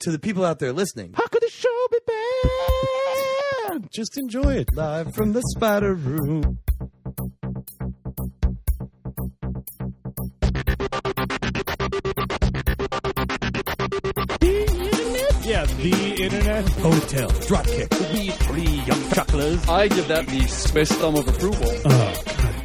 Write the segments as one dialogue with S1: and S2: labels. S1: to the people out there listening.
S2: How could the show be bad? Just enjoy it.
S1: Live from the spider room.
S2: Yeah, the internet.
S1: Hotel. Dropkick.
S2: We three young chucklers.
S3: I give that the space thumb of approval.
S2: Oh, God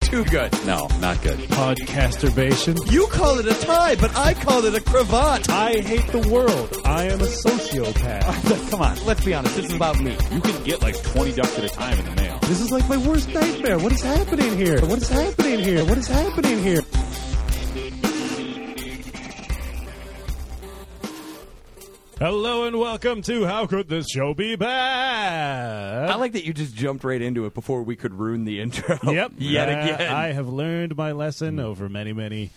S3: Too good. No, not good.
S2: Podcasturbation.
S1: You call it a tie, but I call it a cravat.
S2: I hate the world. I am a sociopath. Come on.
S1: Let's be honest, this is about me.
S3: You can get like 20 ducks at a time in the mail.
S2: This is like my worst nightmare. What is happening here? What is happening here? What is happening here? Hello and welcome to How Could This Show Be Bad?
S1: I like that you just jumped right into it before we could ruin the intro.
S2: Yep.
S1: Oh, Yet
S2: Uh,
S1: again. Hmm.
S2: I have learned my lesson over many, many,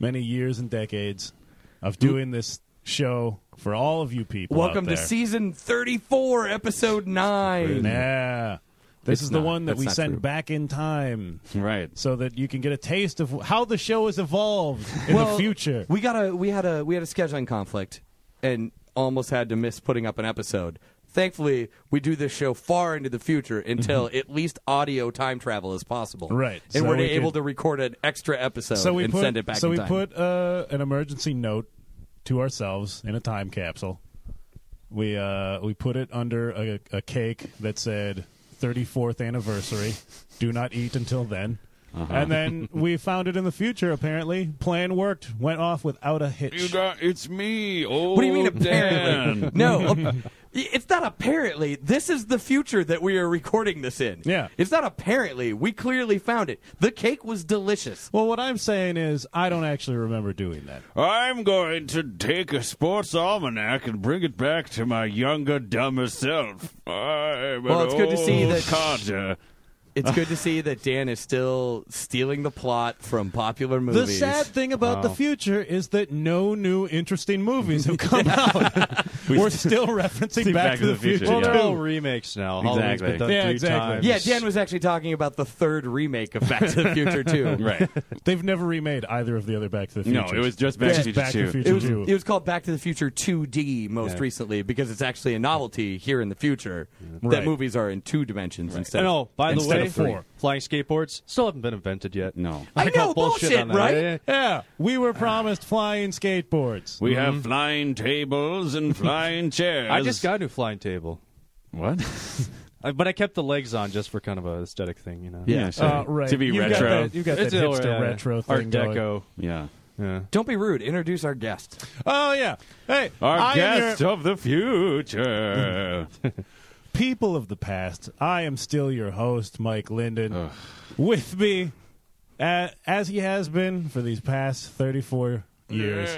S2: many years and decades of doing this show for all of you people. out
S1: Welcome to
S2: there.
S1: season 34, episode 9.
S2: Yeah. This is the
S1: not.
S2: one that
S1: That's
S2: we
S1: not
S2: sent
S1: true.
S2: back in time
S3: Right.
S2: so that you can get a taste of how the show has evolved in
S1: Well,
S2: the future.
S1: We got a we had a we had a scheduling conflict and almost had to miss putting up an episode. Thankfully, we do this show far into the future until at least audio time travel is possible.
S2: Mm-hmm. Right.
S1: And
S2: So
S1: we're
S2: we
S1: able
S2: could-
S1: to record an extra episode
S2: so we
S1: and
S2: put
S1: send it back
S2: so
S1: in
S2: we
S1: time.
S2: put uh, an emergency note to ourselves in a time capsule. We uh, we put it under a, a cake that said 34th anniversary. Do not eat until then.
S1: Uh-huh.
S2: And then we found it in the future. Apparently, plan worked. Went off without a hitch.
S4: You got, it's me. Oh,
S1: what do you mean apparently?
S4: Dan.
S1: No. ap- It's not apparently. This is the future that we are recording this in.
S2: Yeah.
S1: It's not apparently. We clearly found it. The cake was delicious.
S2: well, what I'm saying is, I don't actually remember doing that.
S4: I'm going to take a sports almanac and bring it back to my younger, dumber self. I'm
S1: Well,
S4: an
S1: it's good to see
S4: old
S1: that-
S4: codger.
S1: It's good to see that Dan is still stealing the plot from popular
S2: The
S1: movies. Oh.
S2: sad thing about the future is that no new interesting movies have come out. We're still referencing Back, to, the, Future.
S5: Well, they're
S2: too.
S5: all remakes now. Halloween's
S3: Exactly.
S5: been done
S2: Yeah,
S5: three
S2: exactly.
S5: times.
S1: Yeah, Dan was actually talking about the third remake of Back to the Future 2.
S3: Right.
S2: They've never remade either of the other Back to the
S3: No,
S2: Future.
S3: it was just Back
S1: Yeah.
S3: to the
S2: Back to the
S3: Future 2.
S2: Future
S1: It was,
S2: 2.
S1: it was called Back to the Future 2D most recently because it's actually a novelty here in the future that
S2: Right.
S1: movies are in two dimensions instead.
S5: And
S1: of-
S5: oh, by the
S1: instead
S5: way,
S1: of three.
S2: four.
S5: flying skateboards still haven't been invented yet.
S3: No.
S1: I
S5: call
S1: know,
S5: bullshit,
S1: bullshit,
S5: on that.
S1: right?
S5: Yeah.
S2: yeah, we were promised flying skateboards.
S4: We have flying tables and flying chairs.
S5: I just got a new flying table,
S3: What?
S5: I, but I kept the legs on just for kind of an aesthetic thing, you know.
S3: Yeah, sure.
S2: Uh, right.
S3: To be
S2: You've
S3: retro. uh,
S2: Got that, you've got that
S5: all
S2: hipster
S5: right.
S2: retro thing
S5: Art Deco.
S2: going.
S3: yeah.
S5: Yeah.
S1: Don't be rude. Introduce our guest.
S2: Oh, yeah. Hey,
S4: Our
S2: I am your-
S4: guest of the future.
S2: people of the past, I am still your host, Mike Linden. With me, uh, as he has been for these past 34 years,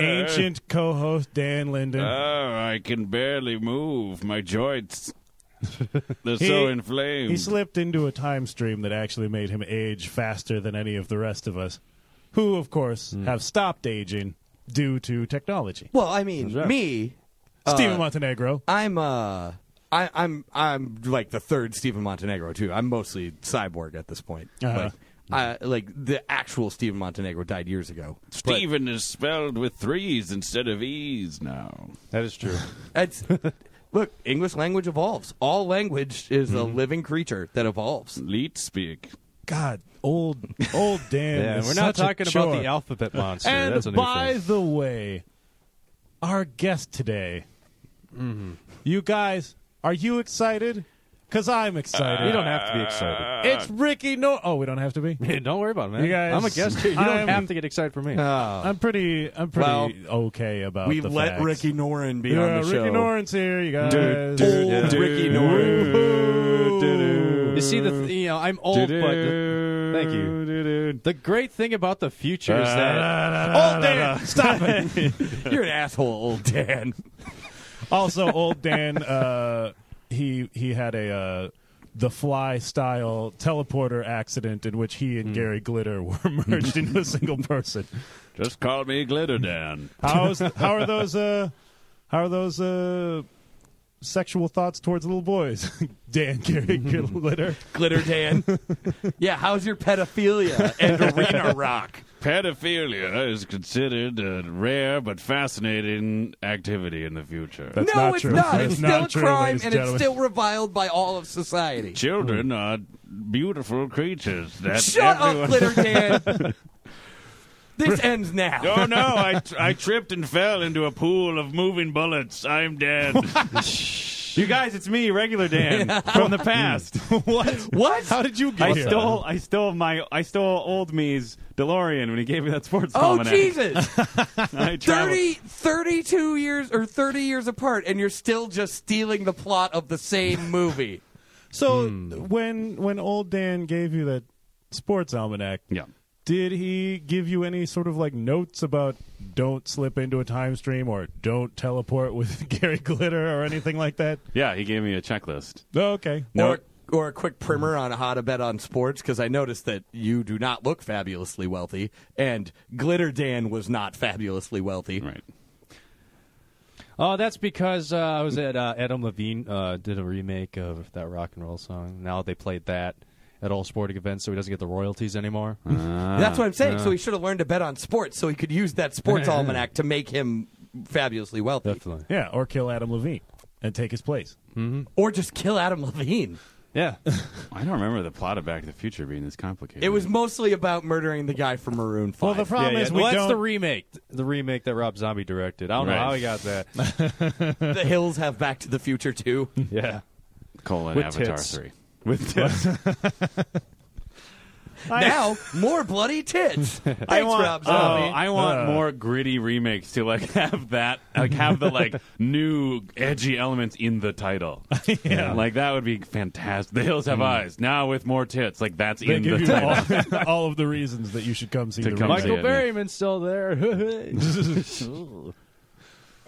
S2: ancient co host Dan Linden.
S3: Uh,
S4: Oh, I can barely move my joints. They're
S2: He-
S4: so inflamed.
S2: he slipped into a time stream that actually made him age faster than any of the rest of us, who, of course,
S5: Hmm.
S2: have stopped aging due to technology.
S1: Well, I mean, me. uh,
S2: Steven Montenegro.
S1: I'm, uh, I, I'm, I'm like the third Stephen Montenegro, too. I'm mostly cyborg at this point.
S2: Uh-huh.
S1: But, I, like, the actual Stephen Montenegro died years ago. But-
S4: Steven is spelled with threes instead of E's now.
S5: That is true.
S1: It's look, English language evolves. All language is
S2: Mm-hmm.
S1: a living creature that evolves.
S4: Leet speak.
S2: God, old, old Dan.
S5: yeah,
S2: is
S5: we're not
S2: such a
S5: talking about
S2: chore.
S5: the alphabet monster.
S2: And
S5: That's a new
S2: by
S5: thing.
S2: the way, our guest today,
S5: Mm-hmm.
S2: you guys, are you excited? Because I'm excited.
S5: you don't have to be excited.
S2: it's Ricky No. Oh, we don't have to be.
S5: don't worry about it, man.
S2: You guys-
S5: I'm a guest here. You don't
S2: I'm-
S5: have to get excited for me.
S2: I'm pretty. I'm pretty
S1: Well,
S2: okay about. the facts.
S1: Norin be
S2: Yeah, Ricky Noren's here. You guys.
S1: Old
S5: Yeah.
S1: Ricky Norin.
S5: you see, the th- you know, I'm old, but the, thank you. The great thing about the future is that
S2: Old Dan, stop it.
S1: You're an asshole, old Dan.
S2: Also, old Dan, uh, he he had a uh, the fly style teleporter accident in which he and Gary Glitter were merged into a single person.
S4: Just call me Glitter Dan.
S2: How's how are those uh How are those uh, sexual thoughts towards little boys? Dan Gary Glitter.
S1: Glitter Dan. yeah, how's your pedophilia and arena rock?
S4: Pedophilia is considered a rare but fascinating activity in the future.
S2: That's
S1: no,
S2: not
S1: it's
S2: true.
S1: not.
S2: That's
S1: it's
S2: not
S1: still
S2: true,
S1: a crime,
S2: ladies
S1: and
S2: gentlemen.
S1: it's still reviled by all of society.
S4: Children are beautiful creatures. That
S1: Shut up,
S4: everyone-
S1: Glitter Dan. this ends now.
S4: Oh no! I I tripped and fell into a pool of moving bullets. I'm dead.
S6: You guys, it's me, regular Dan from the past. what?
S1: What?
S2: How did you get
S6: I
S2: here?
S6: stole I stole my I stole old me's DeLorean when he gave me that sports
S1: Oh
S6: almanac.
S1: Jesus!
S6: I traveled-
S1: 30, 32 years or thirty years apart, and you're still just stealing the plot of the same movie.
S2: So
S6: Hmm.
S2: when when old Dan gave you that sports almanac,
S4: Yeah.
S2: did he give you any sort of like notes about don't slip into a time stream or don't teleport with Gary Glitter or anything like that?
S6: Yeah, he gave me a checklist.
S2: Oh, okay.
S1: Or, or a quick primer on how to bet on sports because I noticed that you do not look fabulously wealthy, and Glitter Dan was not fabulously wealthy.
S6: Right.
S5: Oh, that's because uh, I was at uh, Adam Levine uh, did a remake of that rock and roll song. Now they played that at all sporting events, so he doesn't get the royalties anymore.
S1: That's what I'm saying. so he should have learned to bet on sports so he could use that sports almanac to make him fabulously wealthy,
S5: Definitely.
S2: Yeah, or kill Adam Levine and take his place.
S1: or just kill Adam Levine.
S5: Yeah.
S6: I don't remember the plot of Back to the Future being this complicated.
S1: It was mostly about murdering the guy from Maroon Five.
S2: Well, the problem
S6: Yeah, yeah.
S2: is we
S5: well, that's
S2: don't.
S5: the remake. The remake that Rob Zombie directed. I don't
S6: Right.
S5: know how he got that.
S1: the Hills have Back to the Future too.
S5: yeah.
S6: colon
S5: With
S6: Avatar
S5: tits.
S6: three with tits.
S1: now more bloody tits. Thanks,
S6: I want,
S1: Rob
S6: oh,
S1: Zombie.
S6: I want
S2: Uh.
S6: more gritty remakes to like have that, like have the like new edgy elements in the title.
S2: Yeah. Hmm.
S6: like that would be fantastic. The Hills Have Eyes now with more tits. Like that's
S2: they
S6: in
S2: give you
S6: the title.
S2: all, all of the reasons that you should come see
S6: To
S2: the
S6: come
S2: remake.
S6: see
S5: Michael
S6: it, yeah.
S5: Berryman's still there.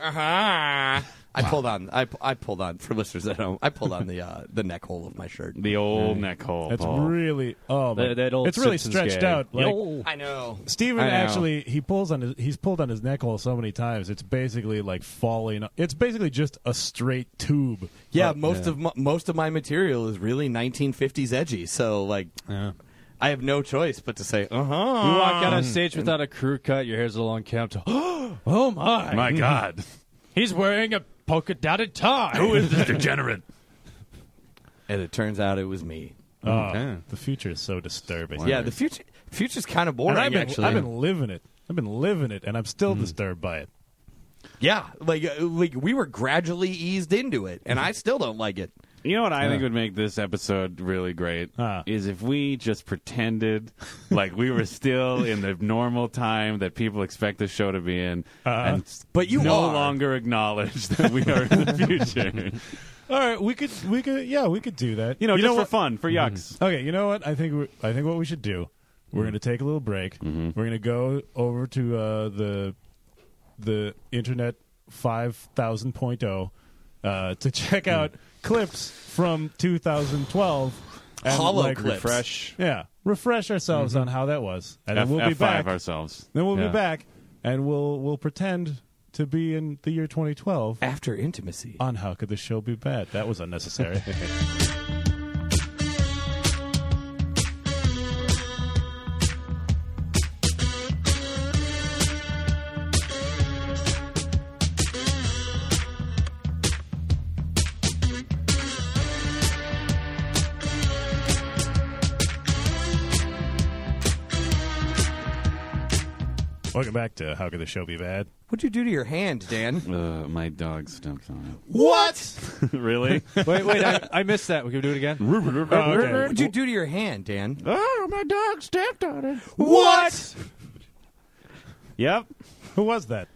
S1: I pulled on. I, I pulled on for listeners at home. I pulled on the uh, the neck hole of my shirt.
S6: The old neck hole.
S2: That's
S6: Paul.
S2: really oh, my-
S5: that, that old
S2: it's really
S5: Simpsons
S2: stretched
S5: gag.
S2: out. Like,
S5: Yo.
S1: I know.
S2: Steven
S6: I know.
S2: actually he pulls on his he's pulled on his neck hole so many times it's basically like falling it's basically just a straight tube.
S1: Yeah,
S2: Uh,
S1: most of my, most of my material is really 1950s edgy. So like, I have no choice but to say, uh huh.
S5: You walk out on stage without a crew cut, your hair's a long kept. oh my.
S6: My God,
S5: He's wearing a polka dotted tie.
S6: who is this degenerate?
S1: And it turns out it was me.
S2: oh,
S6: Okay.
S2: the future is so disturbing.
S1: Yeah, the future future's kind of boring.
S2: and I've been
S1: actually,
S2: I've been living it. I've been living it and I'm still
S6: Hmm.
S2: disturbed by it.
S1: yeah, like uh, like we were gradually eased into it, and I still don't like it.
S6: You know what I think would make this episode really great
S2: Huh.
S6: is if we just pretended like we were still in the normal time that people expect the show to be in,
S2: Uh-huh.
S6: and s-
S1: But you
S6: no
S1: are.
S6: longer acknowledge that we are in the future.
S2: All right, we could we could yeah, we could do that.
S6: You know, just
S2: what? Mm-hmm.
S6: for fun, for yucks.
S2: Okay, you know what? I think we I think what we should do.
S6: Mm.
S2: We're going to take a little break.
S6: Mm-hmm.
S2: We're going to go over to uh, the the internet 5000.0 uh, to check
S6: Mm.
S2: out clips from 2012 and
S1: Hollow
S2: like,
S1: clips.
S6: Fresh
S2: Yeah, refresh ourselves on how that was, and
S6: Mm-hmm. F-
S2: then we'll be
S6: F5
S2: back.
S6: ourselves.
S2: Then we'll
S6: Yeah.
S2: be back, and we'll we'll pretend to be in the year 2012
S1: After intimacy,
S2: on how could the show be bad? That was unnecessary. Welcome back to How Could the Show Be Bad?
S1: what'd you do to your hand, Dan?
S6: Uh, my dog stepped on
S1: what?
S6: it. really?
S5: wait, wait, I, I missed that. We can we do it again.
S1: What'd you do to your hand, Dan?
S6: Oh, my dog stepped on it.
S1: What?
S6: Yep.
S2: Who was that?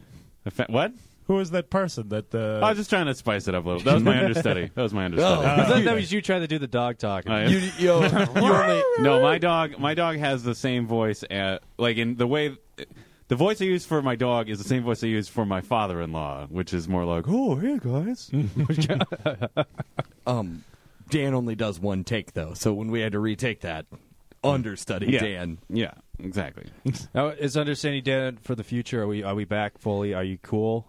S6: The fa- what?
S2: Who was that person that uh,
S6: I was just trying to spice it up a little. That was my understudy. That was my understudy.
S2: Uh,
S5: I thought that was you trying to do the dog talking.
S6: I-
S1: You, yo, you only,
S6: No, my dog. My dog has the same voice. At, like in the way, the voice I use for my dog is the same voice I use for my father-in-law, which is more like, "Oh, hey guys."
S1: um, Dan only does one take though, so when we had to retake that, understudy
S6: Yeah.
S1: Dan.
S6: yeah, exactly.
S5: Now, is understanding Dan for the future? Are we are we back fully? Are you cool?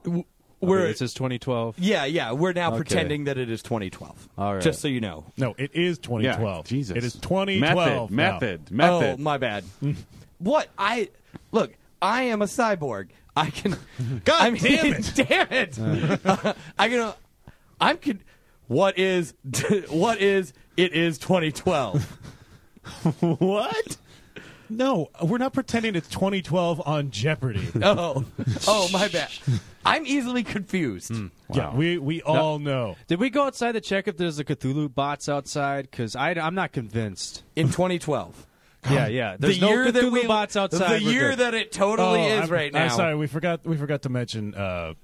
S1: We're-
S5: it says 2012.
S1: Yeah, yeah. We're now
S5: Okay.
S1: pretending that it is 2012.
S5: All right.
S1: Just so you know.
S2: No, it is 2012.
S6: Yeah, Jesus.
S2: It is 2012. now.
S6: Method. Method. Method.
S1: Oh, my bad. what I look, I am a cyborg. I can. God damn it! damn it! I can. uh, I'm can. What is? What is? It is 2012.
S2: What? No, we're not pretending it's 2012 on Jeopardy.
S1: oh, oh, my bad. I'm easily confused.
S2: Yeah, we we all know.
S5: Did we go outside to check if there's a Cthulhu bots outside? Because I'm not convinced.
S1: In 2012,
S5: yeah, yeah. There's no Cthulhu bots outside.
S1: The
S5: we're
S1: year
S5: good.
S1: that it totally
S2: Oh,
S1: is
S2: I'm,
S1: right now.
S2: I'm sorry, we forgot we forgot to mention uh,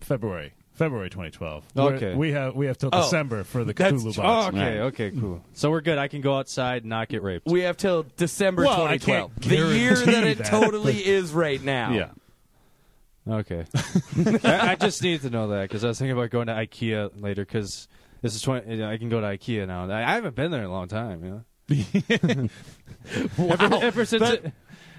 S2: February. February 2012. We're-
S5: Okay.
S2: we have we have till
S1: Oh.
S2: December for the
S1: That's-
S2: Cthulhu
S5: Oh,
S2: box.
S5: okay, okay, cool. So we're good. I can go outside, and not get raped.
S1: We have till December
S2: Well, I
S1: 2012.
S2: can't
S1: The year
S2: guarantee
S1: that it
S2: that,
S1: totally is right now.
S6: Yeah.
S5: Okay. I, I just needed to know that because I was thinking about going to IKEA later because this is 20. you know, I can go to IKEA now. I, I haven't been there in a long time. You know. ever, ever since. it-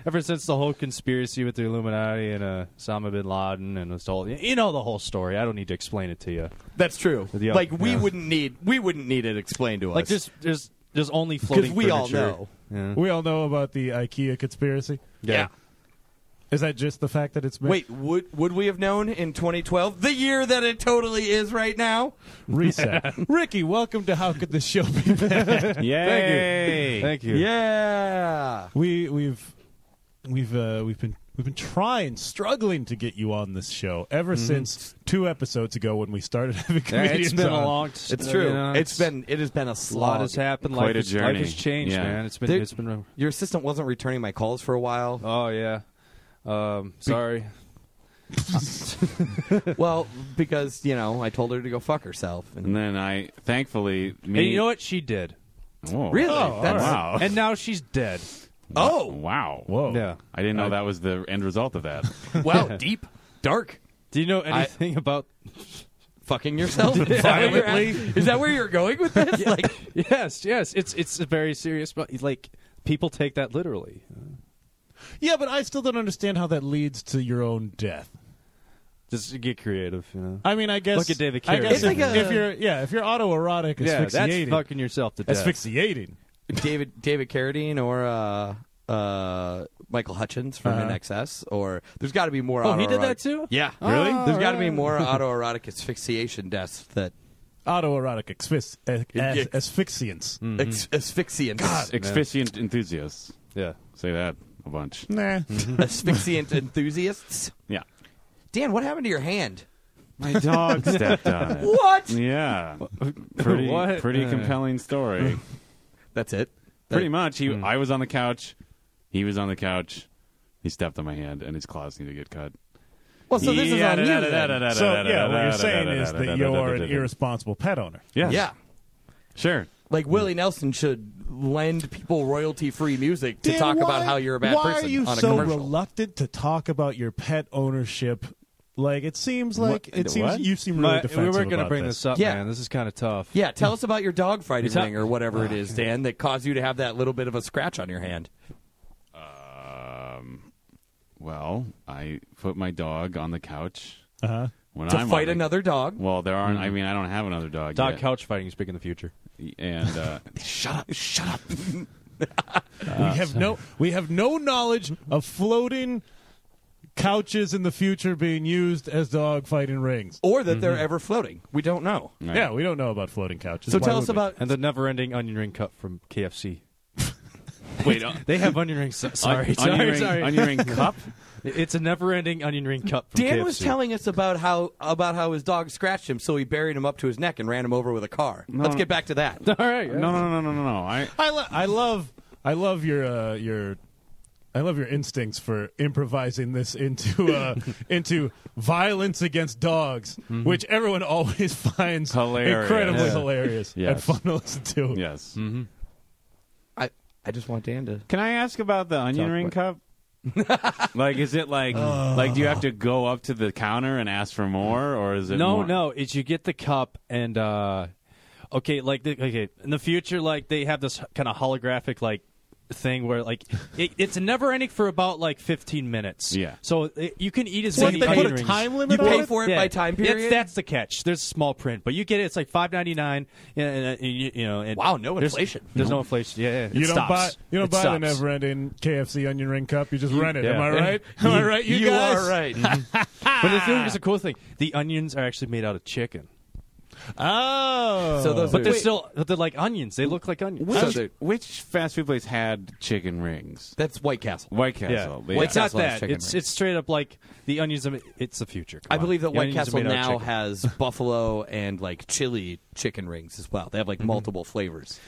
S5: Ever since the whole conspiracy with the Illuminati and uh, Osama bin Laden and this whole, you know, the whole story. I don't need to explain it to you.
S1: That's true.
S5: The-
S1: like we
S5: yeah.
S1: wouldn't need we wouldn't need it explained to us.
S5: Like, there's, there's, there's only floating.
S1: we all
S5: furniture.
S1: know.
S5: Yeah.
S2: We all know about the IKEA conspiracy.
S1: Yeah.
S2: Is that just the fact that it's been
S1: Wait, would would we have known in 2012, the year that it totally is right now?
S2: reset? Ricky, welcome to How Could This Show Be Bad?
S6: Yay.
S5: Thank you.
S1: Yeah.
S2: we we've we've uh, we've been we've been trying, struggling to get you on this show ever since two episodes ago when we started having
S5: Yeah,
S2: comedians
S5: it's been
S2: on.
S5: a long.
S1: It's true.
S5: you know,
S1: uh, it's been it has been a
S5: a lot
S1: slog.
S5: has happened.
S6: Quite
S5: life
S6: a
S5: has-
S6: journey.
S5: Life has changed,
S6: Yeah.
S5: man. It's been.
S1: There-
S5: it's been.
S1: Your assistant wasn't returning my calls for a while.
S5: Oh yeah. Um, sorry.
S1: well, because, you know, I told her to go fuck herself.
S6: And
S1: And
S6: then I, thankfully, me.
S5: And you know what she did,
S6: Whoa.
S1: Really?
S6: Oh,
S1: That's-
S6: wow.
S5: and now she's dead.
S1: oh,
S6: wow.
S2: Whoa!
S5: Yeah.
S6: I didn't know that was the end result of that.
S1: wow, deep, dark.
S5: Do you know anything about?
S1: Fucking yourself violently. Is that where you're going with this? Like,
S5: Yes, yes. It's it's a very serious. But like people take that literally.
S2: Yeah, but I still don't understand how that leads to your own death.
S5: Just get creative, you know.
S2: I mean, I guess
S5: Look at David
S2: I
S5: Carradine.
S2: guess
S1: It's
S2: if,
S1: like a-
S2: if you're yeah, if you're autoerotic,
S5: yeah, that's
S2: asphyxiating,
S5: fucking yourself to death.
S2: asphyxiating.
S1: David David Carradine or uh, uh, Michael Hutchins from
S2: Uh-huh.
S1: NXS or there's got to be more.
S5: Oh, he did
S1: autoerotic-
S5: that too. Oh,
S1: Yeah,
S5: Really?
S1: There's got to be
S5: right.
S1: more autoerotic asphyxiation deaths that
S2: Autoerotic asphyx- as-
S1: Yeah.
S2: asphyxiants.
S5: Mm-hmm.
S1: ex- asphyxiant
S6: Asphyxiant enthusiasts.
S5: Yeah.
S6: Say that a bunch.
S2: Nah.
S1: asphyxiant enthusiasts.
S6: Yeah.
S1: Dan, what happened to your hand?
S6: My dog stepped on it.
S1: What?
S6: Yeah. Pretty,
S5: What?
S6: pretty
S5: Uh.
S6: compelling story.
S1: That's it.
S6: pretty much. He, I was on the couch. He was on the couch. He stepped on my hand, and his claws need to get cut.
S1: Well, Oh, so this is on you. then.
S2: so yeah, what you're saying is that you are an irresponsible pet owner.
S6: Yeah.
S1: Yeah,
S6: Sure.
S1: like Willie Nelson should lend people royalty-free music to
S2: Dan,
S1: talk about
S2: why-
S1: how you're a bad
S2: why
S1: person
S2: are you
S1: on a
S2: so
S1: commercial.
S2: reluctant to talk about your pet ownership? Like it seems like it seems
S6: what?
S2: you seem really defensive
S5: we were gonna
S2: about
S5: bring
S2: this.
S5: this up,
S1: Yeah.
S5: man. This is kind of tough.
S1: Yeah, tell us about your dog fighting
S5: ta-
S1: ring or whatever it is, Dan, that caused you to have that little bit of a scratch on your hand.
S6: Well, I put my dog on the couch
S2: Uh-huh.
S6: when
S1: To
S6: I'm
S1: fight
S6: on the-
S1: another dog.
S6: Well, there aren't. I mean, I don't have another dog.
S5: Dog
S6: yet.
S5: couch fighting is big in the future.
S6: And uh,
S2: we have no we have no knowledge of floating couches in the future being used as dog fighting rings.
S1: Or that they're ever floating. We don't know.
S6: right.
S2: Yeah, we don't know about floating couches.
S1: Oh, So
S2: Why
S1: tell
S2: would
S1: us
S2: we?
S1: about
S5: And the never-ending onion ring cut from KFC.
S6: Wait. Uh,
S5: They have onion rings. Sorry,
S6: on-
S5: sorry,
S6: onion ring,
S5: sorry.
S6: Onion ring cup.
S5: It's a never-ending onion ring cup. From
S1: Dan was
S5: KFC.
S1: telling us about how about how his dog scratched him, so he buried him up to his neck and ran him over with a car. Let's get back to that.
S5: All right.
S6: No, no, no, no, no, no. I
S2: I, lo- I love I love your uh, your I love your instincts for improvising this into uh, into violence against dogs,
S5: Mm-hmm.
S2: which everyone always finds
S6: Hilarious.
S2: incredibly
S6: Yeah.
S2: hilarious and
S6: Yes.
S2: fun to listen to.
S6: yes.
S1: I I just want Dan to.
S6: Can I ask about the onion
S1: Talk
S6: ring
S1: what-
S6: cup? like, is it like like do you have to go up to the counter and ask for more, or is it
S5: No,
S6: more-
S5: no. It's you get the cup and uh okay, like the, okay, in the future like they have this kind of holographic like thing where like it, it's never ending for about like 15 minutes.
S6: Yeah.
S5: So it, you can eat as
S1: What,
S5: many
S1: they put a
S5: caterings.
S1: time limit You on pay it? for it by time
S5: That's-
S1: period?
S5: That's, the catch. There's small print, but you get it. It's like 5.99, and, and, and you, you know. And
S1: Wow, no
S5: there's-
S1: inflation.
S5: There's no inflation. Yeah, yeah. It
S2: You don't
S5: stops.
S2: buy you don't
S5: It
S2: buy
S5: stops.
S2: the never ending KFC onion ring cup. You just rent it. Am
S5: yeah.
S2: I right? Am I right? You, guys?
S1: are right.
S5: But the thing is a cool thing. The onions are actually made out of chicken.
S2: Oh,
S1: So those
S5: But
S1: are-
S5: they're
S1: Wait.
S5: still but they're like onions. They look like onions.
S6: Which,
S1: So they-
S6: which fast food place had chicken rings?
S1: That's White Castle.
S6: White
S5: yeah.
S6: Castle.
S5: Well, it's not
S1: Castle has
S5: that.
S1: chicken
S5: It's
S1: rings.
S5: it's straight up like the onions. Are, ma- it's the future. Come
S1: I
S5: on.
S1: believe that
S5: The
S1: White
S5: onions are
S1: Castle
S5: made out of
S1: now
S5: chicken.
S1: has buffalo and like chili chicken rings as well. They have like
S5: Mm-hmm.
S1: multiple flavors.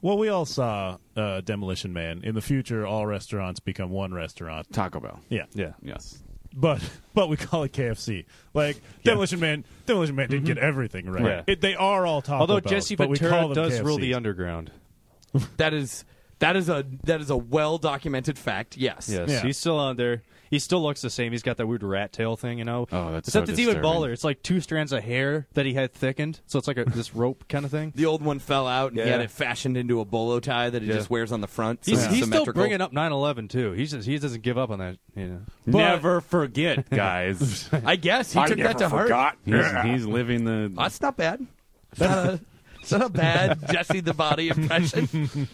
S2: Well, we all saw uh, Demolition Man. In the future, all restaurants become one restaurant.
S6: Taco Bell.
S2: Yeah,
S5: yeah.
S6: Yes.
S2: but but we call it KFC. Like Demolition Man, Demolition Man didn't get everything right.
S5: Mm-hmm. Yeah.
S2: It, they are all Taco
S5: Although
S2: Bells,
S5: Jesse
S2: but we call
S5: Ventura
S2: them
S5: does rule
S2: KFCs.
S5: the underground.
S1: That is that is a that is a well documented fact. Yes.
S5: Yes,
S2: Yeah.
S5: he's still on there. He still looks the same. He's got that weird rat tail thing, you know.
S6: Oh, that's
S5: except
S6: so
S5: it's even
S6: disturbing.
S5: baller. It's like two strands of hair that he had thickened, so it's like a, this rope kind of thing.
S1: The old one fell out, and he
S5: Yeah.
S1: had it fashioned into a bolo tie that he just wears on the front. So
S5: He's,
S1: it's
S5: he's still
S1: symmetrical.
S5: bringing up 9/11 too. He's just, he doesn't give up on that. You know.
S6: Never forget, guys.
S1: I guess he took that to heart.
S6: he's, he's living the.
S1: That's not bad. It's not a, it's not a bad Jesse the Body impression.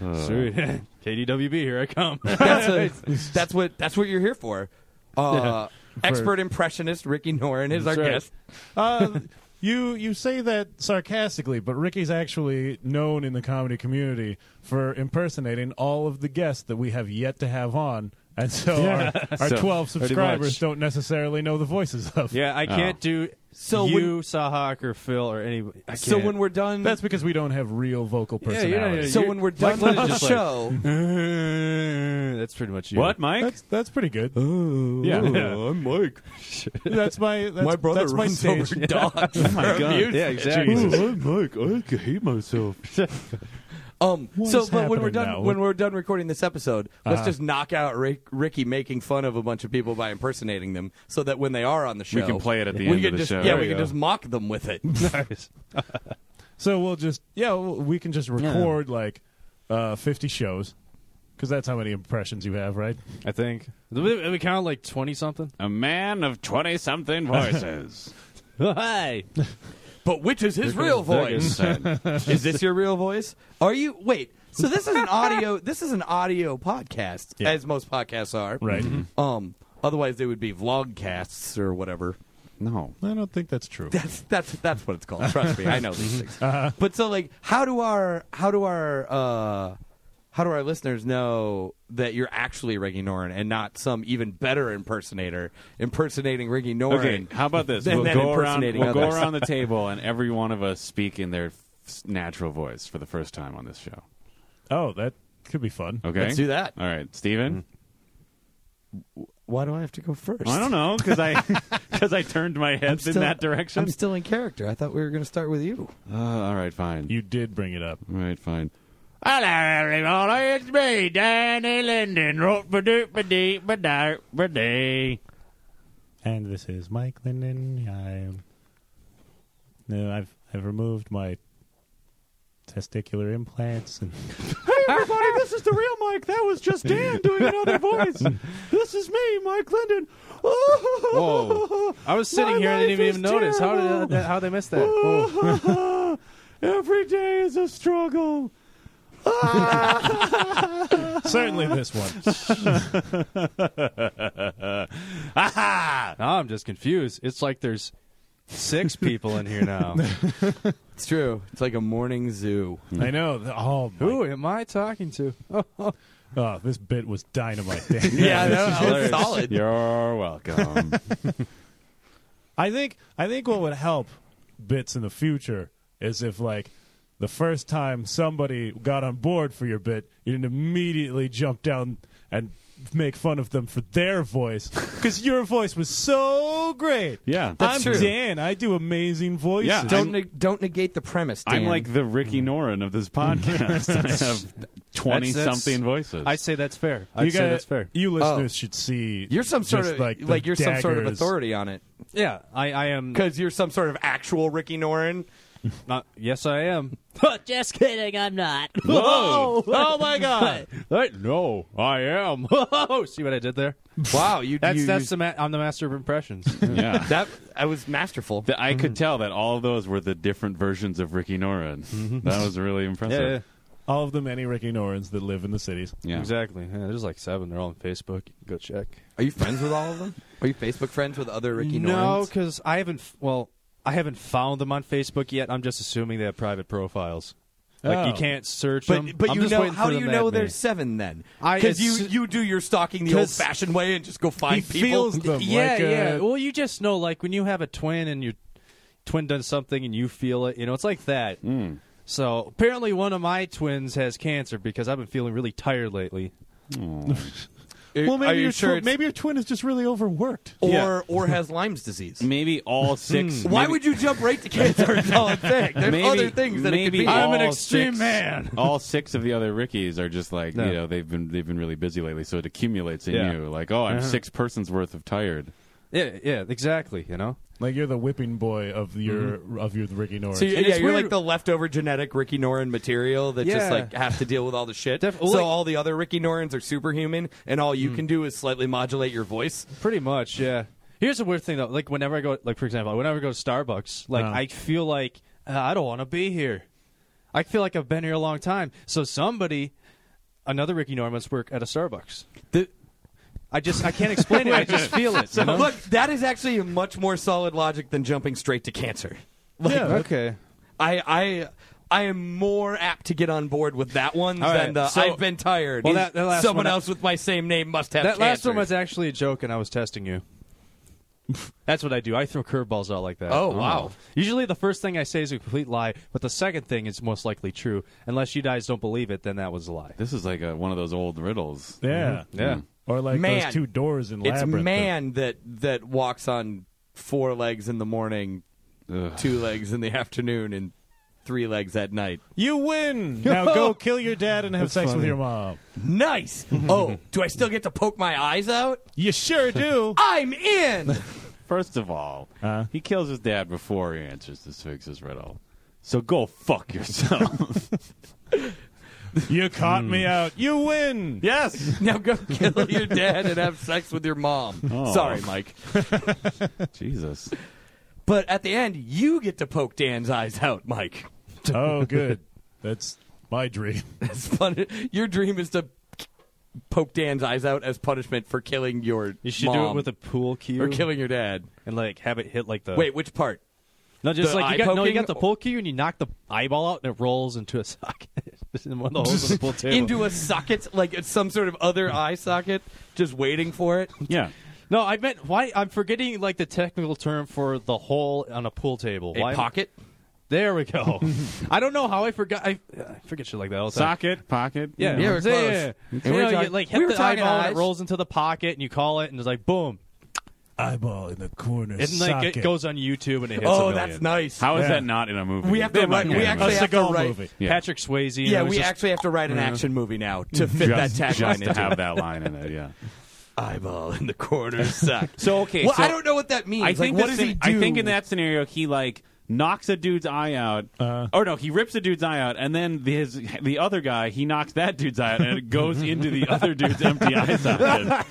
S5: KDWB, here I come.
S1: That's, a, that's what that's what you're here for. Uh, Expert impressionist Ricky Norin is our
S5: right.
S1: guest.
S2: Uh, you you say that sarcastically, but Ricky's actually known in the comedy community for impersonating all of the guests that we have yet to have on. And so our, our
S6: So,
S2: 12 subscribers
S6: much.
S2: don't necessarily know the voices of.
S5: yeah, I can't do
S1: So
S5: so
S1: when-
S5: you, Sahak, or Phil, or any. I
S1: So
S5: can't.
S1: when we're done,
S2: That's because we don't have real vocal
S5: yeah, you're not,
S2: personalities.
S1: so
S5: you're-
S1: when we're
S5: Mike
S1: done with
S5: Lynn is
S1: the
S5: just like,
S1: show,
S5: that's pretty much you.
S6: What, Mike?
S2: that's that's pretty good.
S6: yeah.
S5: I'm Mike.
S2: That's my that's,
S1: my Oh brother
S2: that's my
S1: runs
S2: stage.
S1: over dogs.
S6: my God.
S5: Yeah, exactly.
S6: I'm Mike. I hate myself.
S1: Um.
S2: What
S1: so,
S2: is
S1: but when we're
S2: happening
S1: done,
S2: now?
S1: when we're done recording this episode, let's
S2: Uh-huh.
S1: just knock out Rick, Ricky making fun of a bunch of people by impersonating them, so that when they are on the show,
S6: We can play it at the
S1: we
S6: end
S1: can
S6: of the
S1: just,
S6: show.
S1: Yeah,
S6: There
S1: we
S6: you
S1: can
S6: go.
S1: just mock them with it.
S5: nice.
S2: So we'll just yeah, we'll- we can just record like uh, fifty shows because that's how many impressions you have, right?
S5: I think. Did we, did we count like 20 something?
S6: A man of 20 something voices.
S5: Hi.
S1: but which is his real voice? is this your real voice? Are you? Wait. So this is an audio. this is an audio podcast,
S2: Yeah.
S1: as most podcasts are.
S2: Right.
S6: Mm-hmm.
S1: Um. Otherwise, they would be vlogcasts or whatever.
S6: no.
S2: I don't think that's true.
S1: That's that's that's what it's called. Trust me, I know
S6: Mm-hmm.
S1: these things.
S6: Uh-huh.
S1: But so like, how do our how do our uh, how do our listeners know that you're actually Ricky Norin and not some even better impersonator impersonating Ricky Norin?
S6: Okay, how about this?
S1: Then-
S6: We'll
S1: then
S6: go around.
S1: impersonating
S6: We'll go
S1: others.
S6: around the table, and every one of us speak in their f- natural voice for the first time on this show.
S2: Oh, that could be fun.
S6: Okay,
S1: Let's do that.
S6: All right,
S5: Mm.
S6: Steven?
S1: Why do I have to go first?
S6: I don't know because I because I turned my head in that direction.
S1: I'm still in character. I thought we were going to start with you.
S6: Uh, all right, fine.
S2: You did bring it up.
S6: all right, fine. Hello, everybody. It's me, Danny Linden. Rope ba doop ba deep ba doop ba dee.
S2: And this is Mike Linden. I no, I've I've removed my testicular implants and
S6: Everybody, this is the real Mike. That was just Dan doing another voice. This is me, Mike Linden.
S5: Whoa. I was sitting
S6: My
S5: here and I didn't
S6: life
S5: even
S6: is
S5: notice. How did
S6: terrible.
S5: that, how they miss that? Oh.
S6: Every day is a struggle.
S2: certainly this one.
S5: Ah. Now I'm just confused. It's like there's six people in here now.
S1: It's true. It's like a morning zoo.
S2: I know. th- Oh, my-
S5: Who am I talking to?
S2: oh, this bit was dynamite. Dan.
S1: Yeah, that was solid.
S6: You're welcome.
S2: I think I think what would help bits in the future is if like the first time somebody got on board for your bit, you didn't immediately jump down and make fun of them for their voice because your voice was so great.
S6: Yeah.
S1: That's
S2: I'm
S1: true.
S2: Dan. I do amazing voices.
S6: Yeah,
S1: Don't neg- don't negate the premise. Dan.
S6: I'm like the Ricky Norin of this podcast. I have 20
S5: that's-
S6: something voices.
S5: I say that's fair. I
S2: You
S5: say
S2: gotta-
S5: that's fair.
S2: You listeners
S1: Oh.
S2: should see.
S1: you're some sort
S2: just
S1: of
S2: like
S1: like,
S2: the
S1: you're some sort of
S2: daggers.
S1: authority on it
S5: Yeah, I, I am.
S1: because you're some sort of actual Ricky Norin.
S5: Not, yes, I am.
S7: Just kidding, I'm not.
S5: Whoa!
S1: Oh my god!
S5: Hey, no, I am. Whoa! See what I did there?
S1: wow, you
S5: That's
S1: you,
S5: that's the ma- I'm the master of impressions.
S6: Yeah. Mm-hmm.
S1: that I was masterful.
S6: Th- I could tell that all of those were the different versions of Ricky Norin. That was really impressive.
S2: All of the many Ricky Norans that live in the cities.
S6: Yeah.
S5: exactly. Yeah, there's like seven. They're all on Facebook. You can Go check.
S1: Are you friends with all of them? Are you Facebook friends with other Ricky
S5: no,
S1: Norans?
S5: because I haven't. f- Well, I haven't found them on Facebook yet. I'm just assuming they have private profiles. Like you
S2: Oh.
S5: can't search them.
S1: But but
S5: I'm
S1: you
S5: just
S1: know
S5: waiting
S1: how
S5: for
S1: do
S5: them
S1: you
S5: to add
S1: know
S5: me.
S1: there's seven then?
S5: I-
S1: Because you
S5: it's-
S1: you do your stalking the old
S5: 'Cause
S1: fashioned way and just go find
S2: He
S1: people.
S2: feels them.
S5: yeah,
S2: like,
S5: yeah.
S2: uh,
S5: Well, you just know, like when you have a twin and your twin does something and you feel it, you know, it's like that. So apparently, one of my twins has cancer because I've been feeling really tired lately.
S2: Well, maybe
S6: Are you
S2: your
S6: sure
S2: twi-
S6: it's-
S2: maybe your twin is just really overworked.
S1: or
S6: Yeah.
S1: or has Lyme's disease.
S6: Maybe all six.
S1: Why
S6: maybe-
S1: would you jump right to cancer? Is all I'm saying. There's
S6: Maybe-
S1: other things that it could
S6: maybe
S1: be.
S6: all
S5: I'm an extreme
S6: six-
S5: man.
S6: all six of the other Rickies are just like
S5: No.
S6: you know they've been they've been really busy lately, so it accumulates in
S5: Yeah. Uh-huh.
S6: you. Like oh, I'm six persons worth of tired.
S5: Yeah, yeah, exactly. You know,
S2: Like you're the whipping boy of your of your Ricky Norans.
S1: So you're,
S5: And
S1: yeah,
S5: it's
S1: you're
S5: weird-
S1: like the leftover genetic Ricky Norin material that just
S5: Yeah.
S1: like have to deal with all the shit.
S5: Def-
S1: so
S5: well, Hmm. like-
S1: all the other Ricky Norins are superhuman, and all you can do is slightly modulate your voice.
S5: pretty much. Yeah. Here's the weird thing though. Like whenever I go, like for example, whenever I go to Starbucks, like
S2: Uh-huh.
S5: I feel like uh, I don't want to be here. I feel like I've been here a long time. So somebody, another Ricky Norman's work at a Starbucks. I just I can't explain it. I just feel it. you know?
S1: Look, that is actually a much more solid logic than jumping straight to cancer. Like,
S2: Yeah.
S5: Okay.
S1: I, I, I am more apt to get on board with that one
S5: All
S1: than
S5: right,
S1: the
S5: so-
S1: I've been tired.
S5: Well, that- that last
S1: Someone
S5: one-
S1: else with my same name must have
S5: That last one
S1: cancer.
S5: was actually a joke, and I was testing you. That's what I do. I throw curveballs out like that. Mm.
S1: Oh, wow.
S5: Usually, the first thing I say is a complete lie, but the second thing is most likely true. Unless you guys don't believe it, then that was a lie.
S6: This is like a, one of those old riddles.
S2: yeah,
S5: Yeah.
S2: Or like
S1: Man.
S2: those two doors in
S1: It's
S2: Labyrinth.
S1: man that that walks on four legs in the morning,
S6: Ugh.
S1: two legs in the afternoon, and three legs at night.
S2: You win. Now go kill your dad and have sex with
S5: funny.
S2: your mom.
S1: Nice. oh, do I still get to poke my eyes out?
S2: You sure do.
S1: I'm in.
S6: First of all,
S5: Uh-huh.
S2: Uh.
S6: he kills his dad before he answers this Sphinx's riddle. So go fuck yourself.
S2: you caught me out. You win.
S6: yes.
S1: now go kill your dad and have sex with your mom.
S6: Oh.
S1: Sorry, Mike.
S6: Jesus.
S1: But at the end, you get to poke Dan's eyes out, Mike.
S2: Oh, good. That's my dream.
S1: That's fun. Your dream is to poke Dan's eyes out as punishment for killing your
S5: You should do it
S1: mom
S5: with a pool cue
S1: or killing your dad.
S5: and like have it hit like the
S1: Wait, which part?
S5: No, just
S1: the
S5: like
S1: eye
S5: you got no, you
S1: poking?
S5: got the pool cue and you knock the eyeball out and it rolls into a socket. in one of the holes in the pool table.
S1: into a socket, like it's some sort of other eye socket, just waiting for it.
S6: Yeah.
S5: no, I meant why? I'm forgetting like the technical term for the hole on a pool table.
S1: A
S5: why
S1: pocket.
S5: There we go. I don't know how I forgot. I, I forget shit like that all the time.
S6: Socket, pocket.
S1: Yeah,
S5: Yeah,
S1: we're
S5: yeah,
S1: close.
S5: yeah.
S1: And we
S5: You
S1: were
S5: know, you,
S1: talking-
S5: like
S1: we
S5: hit
S1: were
S5: the
S1: talking
S5: eyeball and
S1: eyes.
S5: it rolls into the pocket, and you call it, and it's like boom,
S2: Eyeball in the corner.
S5: and like it goes on YouTube and it hits. a
S1: Oh,
S5: million.
S1: that's nice.
S6: How is
S2: Yeah.
S6: that not in a movie?
S1: we have to
S6: That
S1: write.
S6: might be in
S1: We
S6: a
S1: actually
S6: movie.
S1: have to
S2: Seagal
S1: write.
S2: movie.
S6: Yeah.
S5: Patrick Swayze. you
S1: Yeah,
S5: know,
S1: we
S5: just-
S1: actually have to write an action movie now to fit that tagline
S6: Mm. just to
S1: into
S6: have that line in it. Yeah.
S1: eyeball in the corner sock.
S6: So okay.
S1: well,
S6: so
S1: I don't know what that means.
S6: I
S1: Like,
S6: think
S1: what
S6: this
S1: does he
S6: in-
S1: do?
S6: I think in that scenario he like knocks a dude's eye out.
S2: Uh.
S6: or no, he rips a dude's eye out, and then the- his the other guy he knocks that dude's eye out, and it goes into the other dude's empty eye socket.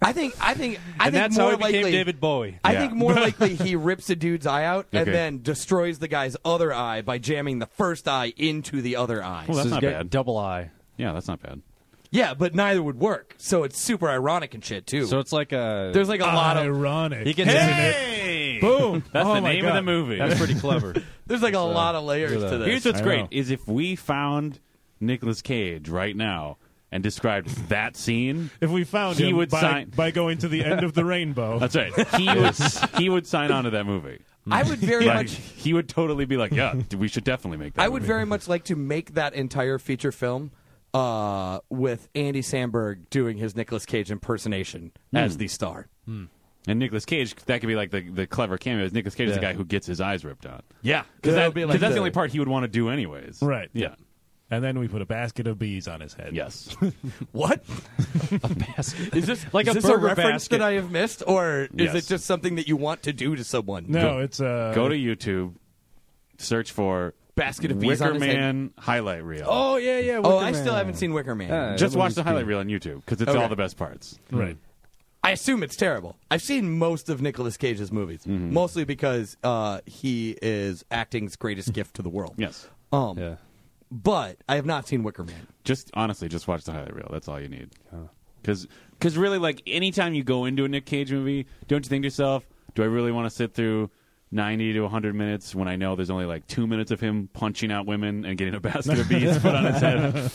S1: I think. I think. I
S5: And
S1: think
S5: that's
S1: more
S5: how he became
S1: likely.
S5: David Bowie.
S1: I
S6: Yeah.
S1: think more likely he rips a dude's eye out
S6: Okay.
S1: and then destroys the guy's other eye by jamming the first eye into the other eye.
S6: Well, that's
S5: This
S6: not
S5: guy-
S6: bad.
S5: Double I.
S6: Yeah, that's not bad.
S1: Yeah, but neither would work. So it's super ironic and shit too.
S5: So it's like a.
S1: There's like a lot of
S2: ironic.
S5: he gets
S6: Hey,
S2: Boom.
S6: That's
S2: Oh
S6: the
S2: my
S6: name
S2: God.
S6: of the movie.
S5: That's pretty clever.
S1: there's like a lot of layers
S5: look at
S1: to
S5: that.
S1: this.
S6: Here's what's
S2: I
S6: great
S2: know.
S6: is if we found Nicolas Cage right now and described that scene.
S2: If we found
S6: He
S2: him
S6: would
S2: by,
S6: sign-
S2: by going to the end of the rainbow.
S6: That's right. He would he would sign on to that movie.
S1: I would very
S6: Like,
S1: much
S6: he would totally be like, yeah, we should definitely make that.
S1: I would
S6: movie."
S1: very much like to make that entire feature film uh, with Andy Samberg doing his Nicolas Cage impersonation as the star.
S6: And Nicolas Cage, that could be like the, the clever cameo. Is Nicolas Cage is the guy who gets his eyes ripped out?
S1: Yeah,
S6: Because that's the only part he would want to do anyways.
S2: Right.
S6: Yeah.
S2: And then we put a basket of bees on his head.
S6: Yes.
S1: What
S5: Is this like
S1: is
S5: a
S1: this a
S5: burger
S1: reference
S5: basket?
S1: that I have missed, or is
S6: Yes.
S1: it just something that you want to do to someone?
S2: No, it's uh,
S6: Go to YouTube. search for
S3: Basket of bees on
S6: Wicker
S3: his head.
S6: Man highlight reel.
S5: Oh yeah, yeah.
S1: Oh,
S5: Wicker
S1: I still
S5: Man.
S1: haven't seen Wicker Man.
S3: Uh,
S6: just
S3: that
S6: watch
S3: movie's
S6: the
S3: good.
S6: highlight reel on YouTube because it's
S1: Okay.
S6: all the best parts.
S2: Right.
S1: I assume it's terrible. I've seen most of Nicolas Cage's movies, mostly because uh, he is acting's greatest gift to the world.
S6: Yes.
S1: Um,
S5: Yeah.
S1: But I have not seen Wicker Man.
S6: Just honestly, just watch the highlight reel. That's all you need. Because really, like anytime you go into a Nick Cage movie, don't you think to yourself, do I really want to sit through 90 to 100 minutes when I know there's only like two minutes of him punching out women and getting a basket of bees put on his head?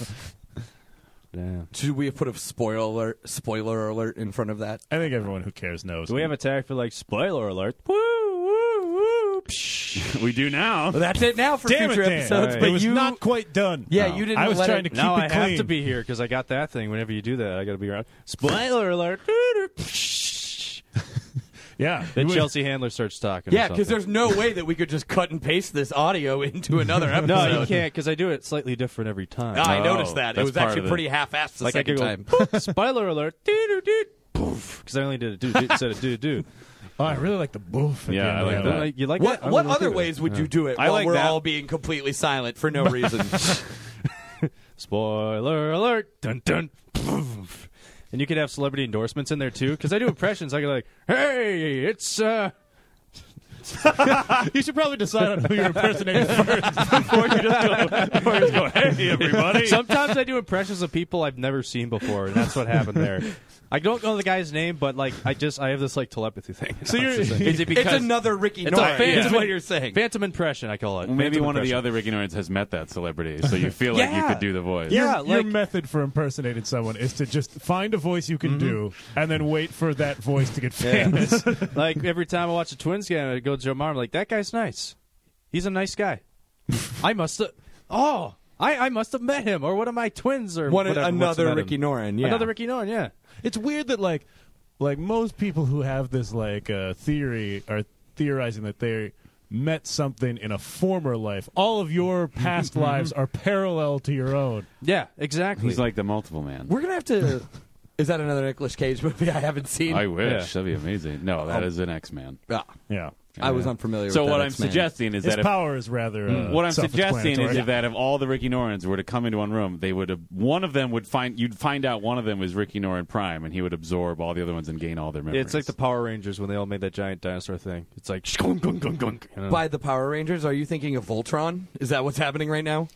S5: Damn.
S1: Should we have put a spoiler spoiler alert in front of that?
S2: I think everyone who cares knows.
S5: Do we have a tag for like spoiler alert? Woo woo woo.
S6: we do now.
S1: Well, that's it now for
S2: Damn it,
S1: future
S2: Dan.
S1: episodes.
S2: It
S1: But
S2: was
S1: you,
S2: not quite done. Oh.
S1: Yeah, you didn't
S2: I was
S1: let
S2: trying
S1: it-
S2: to keep
S5: Now
S2: it
S5: I
S2: clean.
S5: have to be here because I got that thing. Whenever you do that, I got to be around. Spoiler alert.
S2: Yeah.
S5: Then
S2: You would-
S5: Chelsea Handler starts talking. or
S1: yeah, because
S5: something.
S1: there's no way that we could just cut and paste this audio into another episode.
S5: no, you can't because I do it slightly different every time.
S1: I
S6: Oh,
S1: noticed that. It
S6: that's
S1: was
S6: part
S1: actually
S6: of it.
S1: pretty half-assed the
S5: like I
S1: second
S5: could go.
S1: time.
S5: "Boop, Spoiler alert. Doo doo doo. Poof. Because I only did a doo doo instead of doo doo.
S2: Oh, I really like the boof. at
S6: Yeah,
S2: the end
S6: I
S2: of
S6: like
S2: that.
S6: that.
S5: You like
S1: What
S5: that? I
S1: what
S5: really
S1: other
S5: like it.
S1: ways would you do it
S6: I
S1: while
S6: like
S1: we're
S6: that.
S1: all being completely silent for no reason?
S5: Spoiler alert. Dun dun. Poof. And you could have celebrity endorsements in there too, because I do impressions. I could like, hey, it's uh,
S2: You should probably decide on who you're impersonating first.
S6: hey, everybody.
S5: Sometimes I do impressions of people I've never seen before, and that's what happened there. I don't know the guy's name, but like I just I have this like telepathy thing. So
S2: you're-
S5: is it
S1: it's
S5: because
S1: another Ricky
S5: It's a
S1: Norris.
S5: phantom-
S1: Is what you're saying?
S5: phantom impression? I call it.
S6: Maybe
S5: Phantom
S6: one of the
S5: impression.
S6: other Ricky Norris has met that celebrity, so you feel like you
S5: Yeah.
S6: could do the voice.
S5: Yeah,
S2: Your- your
S5: like-
S2: method for impersonating someone is to just find a voice you can do and then wait for that voice to get famous.
S5: like every time I watch a Twins game, I go to Joe Mara. I'm like, that guy's nice. He's a nice guy. I must have. Oh, I, I must have met him, or one of my twins, or
S1: One,
S5: whatever, must have
S1: another
S5: met
S1: Ricky
S5: him.
S1: Norris. Yeah.
S5: Another Ricky Norton. Yeah.
S2: it's weird that like like most people who have this like uh, theory are theorizing that they met something in a former life. All of your past lives are parallel to your own.
S5: Yeah. Exactly.
S6: He's like the multiple man.
S1: We're gonna have to. Is that another Nicolas Cage movie I haven't seen?
S6: I wish.
S5: Yeah. Oh.
S6: That'd be amazing. No, that is an X Man.
S1: Ah,
S2: Yeah.
S1: I was unfamiliar.
S6: So
S1: with
S6: what
S1: that
S6: I'm
S1: X-Men.
S6: suggesting is
S2: His
S6: that if
S2: power is rather uh,
S6: what I'm suggesting is
S2: self-explanatory.
S6: that if all the Ricky Norans were to come into one room, they would ab- one of them would find you'd find out one of them is Ricky Noran Prime, and he would absorb all the other ones and gain all their
S5: Yeah,
S6: memories.
S5: it's like the Power Rangers when they all made that giant dinosaur thing. It's like shkunk, gunk, gunk, gunk, you know?
S1: By the Power Rangers, are you thinking of Voltron? Is that what's happening right now?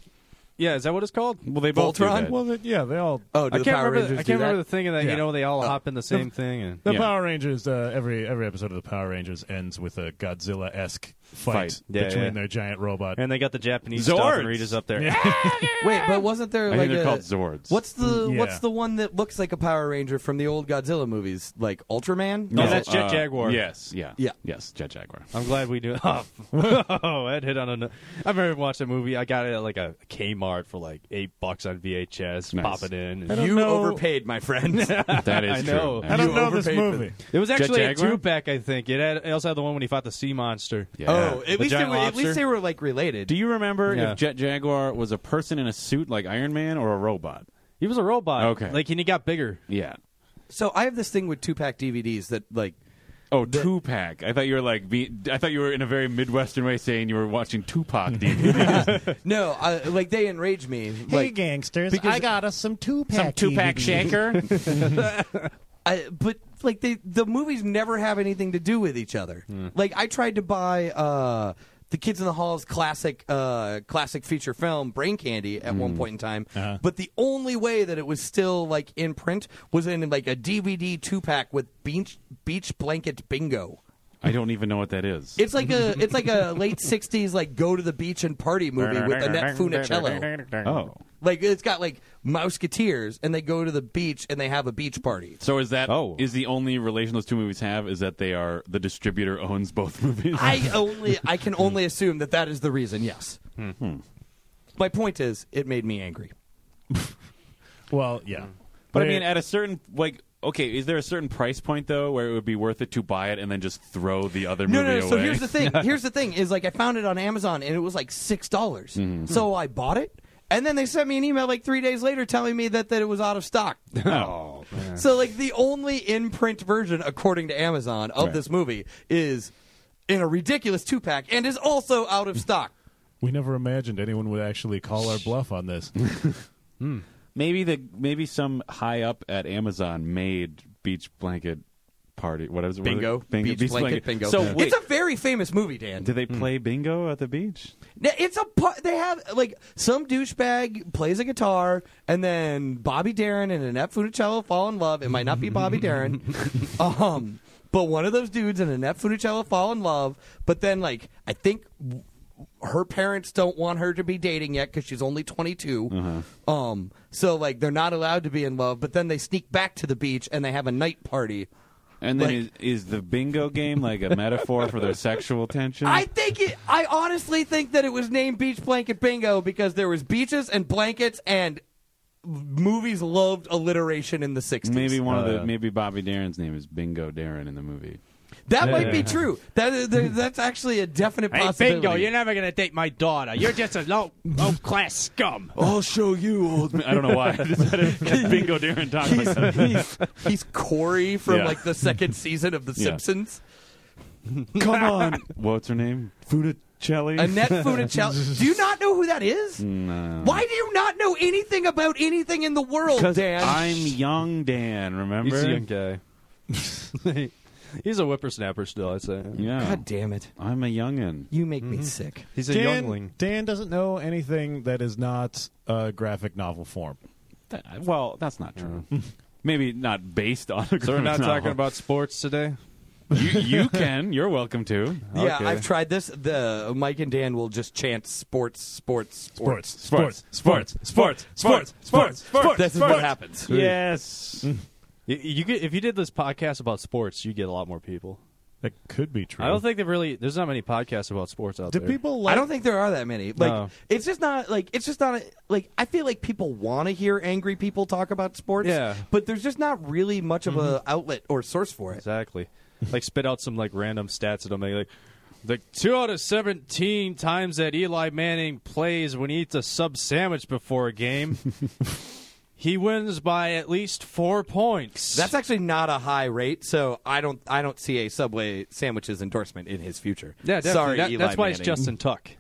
S5: yeah, is that what it's called?
S6: well, they both do
S1: Voltron?
S6: that.
S2: well, that- yeah, they all
S1: Oh, do
S5: I
S1: the
S5: can't
S1: Power
S5: remember.
S1: Rangers
S5: I can't
S1: do that?
S5: remember
S1: Uh,
S5: the thing that
S2: Yeah.
S5: you know they all hop in the same thing and
S2: The
S6: Yeah.
S2: Power Rangers, uh, every every episode of the Power Rangers ends with a Godzilla esque fight,
S6: Fight.
S5: Yeah,
S2: between
S5: yeah.
S2: their giant robot.
S5: and they got the Japanese stuff and
S6: Zords!
S5: Rita's up there.
S1: Wait, but wasn't there
S6: I
S1: like
S6: think they're
S1: a,
S6: called Zords.
S1: What's the
S2: Mm, yeah.
S1: what's the one that looks like a Power Ranger from the old Godzilla movies, like Ultraman?
S5: No, that's Jet Jaguar.
S6: uh, Yes, yeah,
S1: Yeah.
S6: yes, Jet Jaguar.
S5: I'm glad we do. Oh, whoa, Ed hit on a. I remember watching a movie. I got it at like a Kmart for like eight bucks on VHS.
S6: Nice.
S5: Pop it in.
S2: I don't
S1: You
S2: know-
S1: overpaid, my friend.
S6: That is
S5: I
S6: true.
S5: know.
S2: I don't
S1: You
S2: know this
S1: overpaid for
S2: movie.
S5: It was actually a
S6: Jaguar?
S5: two pack, I think. It, had, it also had the one when he fought the sea monster.
S6: Yeah.
S1: Oh,
S6: Yeah.
S1: at least they
S5: giant
S1: were, at
S5: lobster?
S1: least they were like related.
S6: Do you remember
S5: Yeah.
S6: if Jet Jaguar was a person in a suit like Iron Man or a robot?
S5: He was a robot.
S6: Okay.
S5: Like and he got bigger.
S6: Yeah.
S1: so I have this thing with two pack DVDs that like
S6: Oh, Tupac. I thought you were like. Be- I thought you were in a very Midwestern way saying you were watching Tupac. DVDs.
S1: no, I, like they enrage me. like
S2: gangsters!
S1: because- I
S2: got us some two pack.
S6: shaker.
S1: I, but like they, the movies never have anything to do with each other. Like I tried to buy uh, the Kids in the Hall's classic uh, classic feature film Brain Candy at one point in time, but the only way that it was still like in print was in like a DVD two pack with beach beach blanket bingo.
S6: I don't even know what that is.
S1: It's like a it's like a late '60s like go to the beach and party movie with Annette Funicello.
S6: oh.
S1: Like it's got like Mouseketeers, and they go to the beach and they have a beach party.
S6: So is that is
S5: Oh.
S6: the only relation those two movies have is that they are the distributor owns both movies?
S1: I only I can only assume that that is the reason. Yes.
S6: Hmm.
S1: My point is, it made me angry.
S2: Well, yeah,
S6: but I mean, at a certain like, okay, is there a certain price point though where it would be worth it to buy it and then just throw the other
S1: No,
S6: movie
S1: no. no
S6: away?
S1: so here's the thing. Here's the thing is like I found it on Amazon and it was like six dollars.
S6: Mm-hmm.
S1: So I bought it. And then they sent me an email like three days later telling me that, that it was out of stock.
S6: Oh.
S1: So like the only in print version, according to Amazon, of
S6: Right.
S1: this movie is in a ridiculous two pack and is also out of stock.
S2: We never imagined anyone would actually call our bluff on this.
S6: Maybe the maybe some high up at Amazon made beach blanket party. What is it?
S1: Bingo.
S6: bingo Hmm.
S1: Beach blanket bingo.
S6: So wait,
S1: It's a very famous movie, Dan.
S6: do they play bingo at the beach?
S1: Now, It's a pu- they have like some douchebag plays a guitar, and then Bobby Darin and Annette Funicello fall in love. It might not be Bobby Darin, um, but one of those dudes and Annette Funicello fall in love. But then, like, I think w- her parents don't want her to be dating yet because she's only 22. Um, so like they're not allowed to be in love. But then they sneak back to the beach and they have a night party.
S6: And then
S1: Like-
S6: is, is the bingo game like a metaphor for their sexual tension?
S1: I think it. I honestly think that it was named Beach Blanket Bingo because there was beaches and blankets and movies loved alliteration in the '60s.
S6: maybe one of
S2: Uh,
S6: the maybe Bobby Darren's name is Bingo Darren in the movie.
S1: that might be true. That there- that's actually a definite possibility.
S5: never gonna date my daughter. You're just a low, low class scum.
S1: Oh,
S6: I'll show you, old man. I don't know why. I just had a- bingo Darren talk like
S1: he's,
S6: that.
S1: he's, he's Corey from
S6: Yeah.
S1: like the second season of The
S6: Yeah.
S1: Simpsons.
S6: Come on. What's her name? Funicelli?
S1: Annette Funicello. Do you not know who that is?
S6: Mm. No.
S1: Why do you not know anything about anything in the world,
S6: Because
S1: Dan?
S6: I'm young Dan, remember?
S5: He's a young guy. He's a whippersnapper still, I'd say.
S6: Yeah.
S1: God damn it!
S6: I'm a youngin'.
S1: You make
S6: Mm-hmm.
S1: me sick.
S5: He's a
S2: Dan,
S5: youngling.
S2: Dan doesn't know anything that is not a graphic novel form.
S6: That- well, that's not true. Maybe not based on a
S5: So we're not talking
S6: graphic novel.
S5: about sports today.
S6: you, you can. You're welcome to.
S1: Yeah,
S5: Okay.
S1: I've tried this. The uh, Mike and Dan will just chant sports, sports, sports.
S2: Sports. Sports. Sports. Sports. Sports. Sports.
S1: This is what happens.
S6: Yes.
S5: You, you get, if you did this podcast about sports, you'd get a lot more people.
S2: That could be true.
S5: I don't think they really. There's not many podcasts about sports out
S2: Do
S5: there.
S2: people like
S1: I don't think there are that many. Like
S5: No.
S1: it's just not like it's just not a, like I feel like people want to hear angry people talk about sports.
S5: Yeah.
S1: but there's just not really much of a outlet or source for it.
S5: exactly like spit out some like random stats at them. Like, like two out of seventeen times that Eli Manning plays when he eats a sub sandwich before a game, he wins by at least four points.
S1: That's actually not a high rate, so I don't I don't see a Subway sandwiches endorsement in his future.
S5: yeah, definitely.
S1: sorry,
S5: That-
S1: Eli
S5: that's why it's
S1: Manning.
S5: Justin Tuck.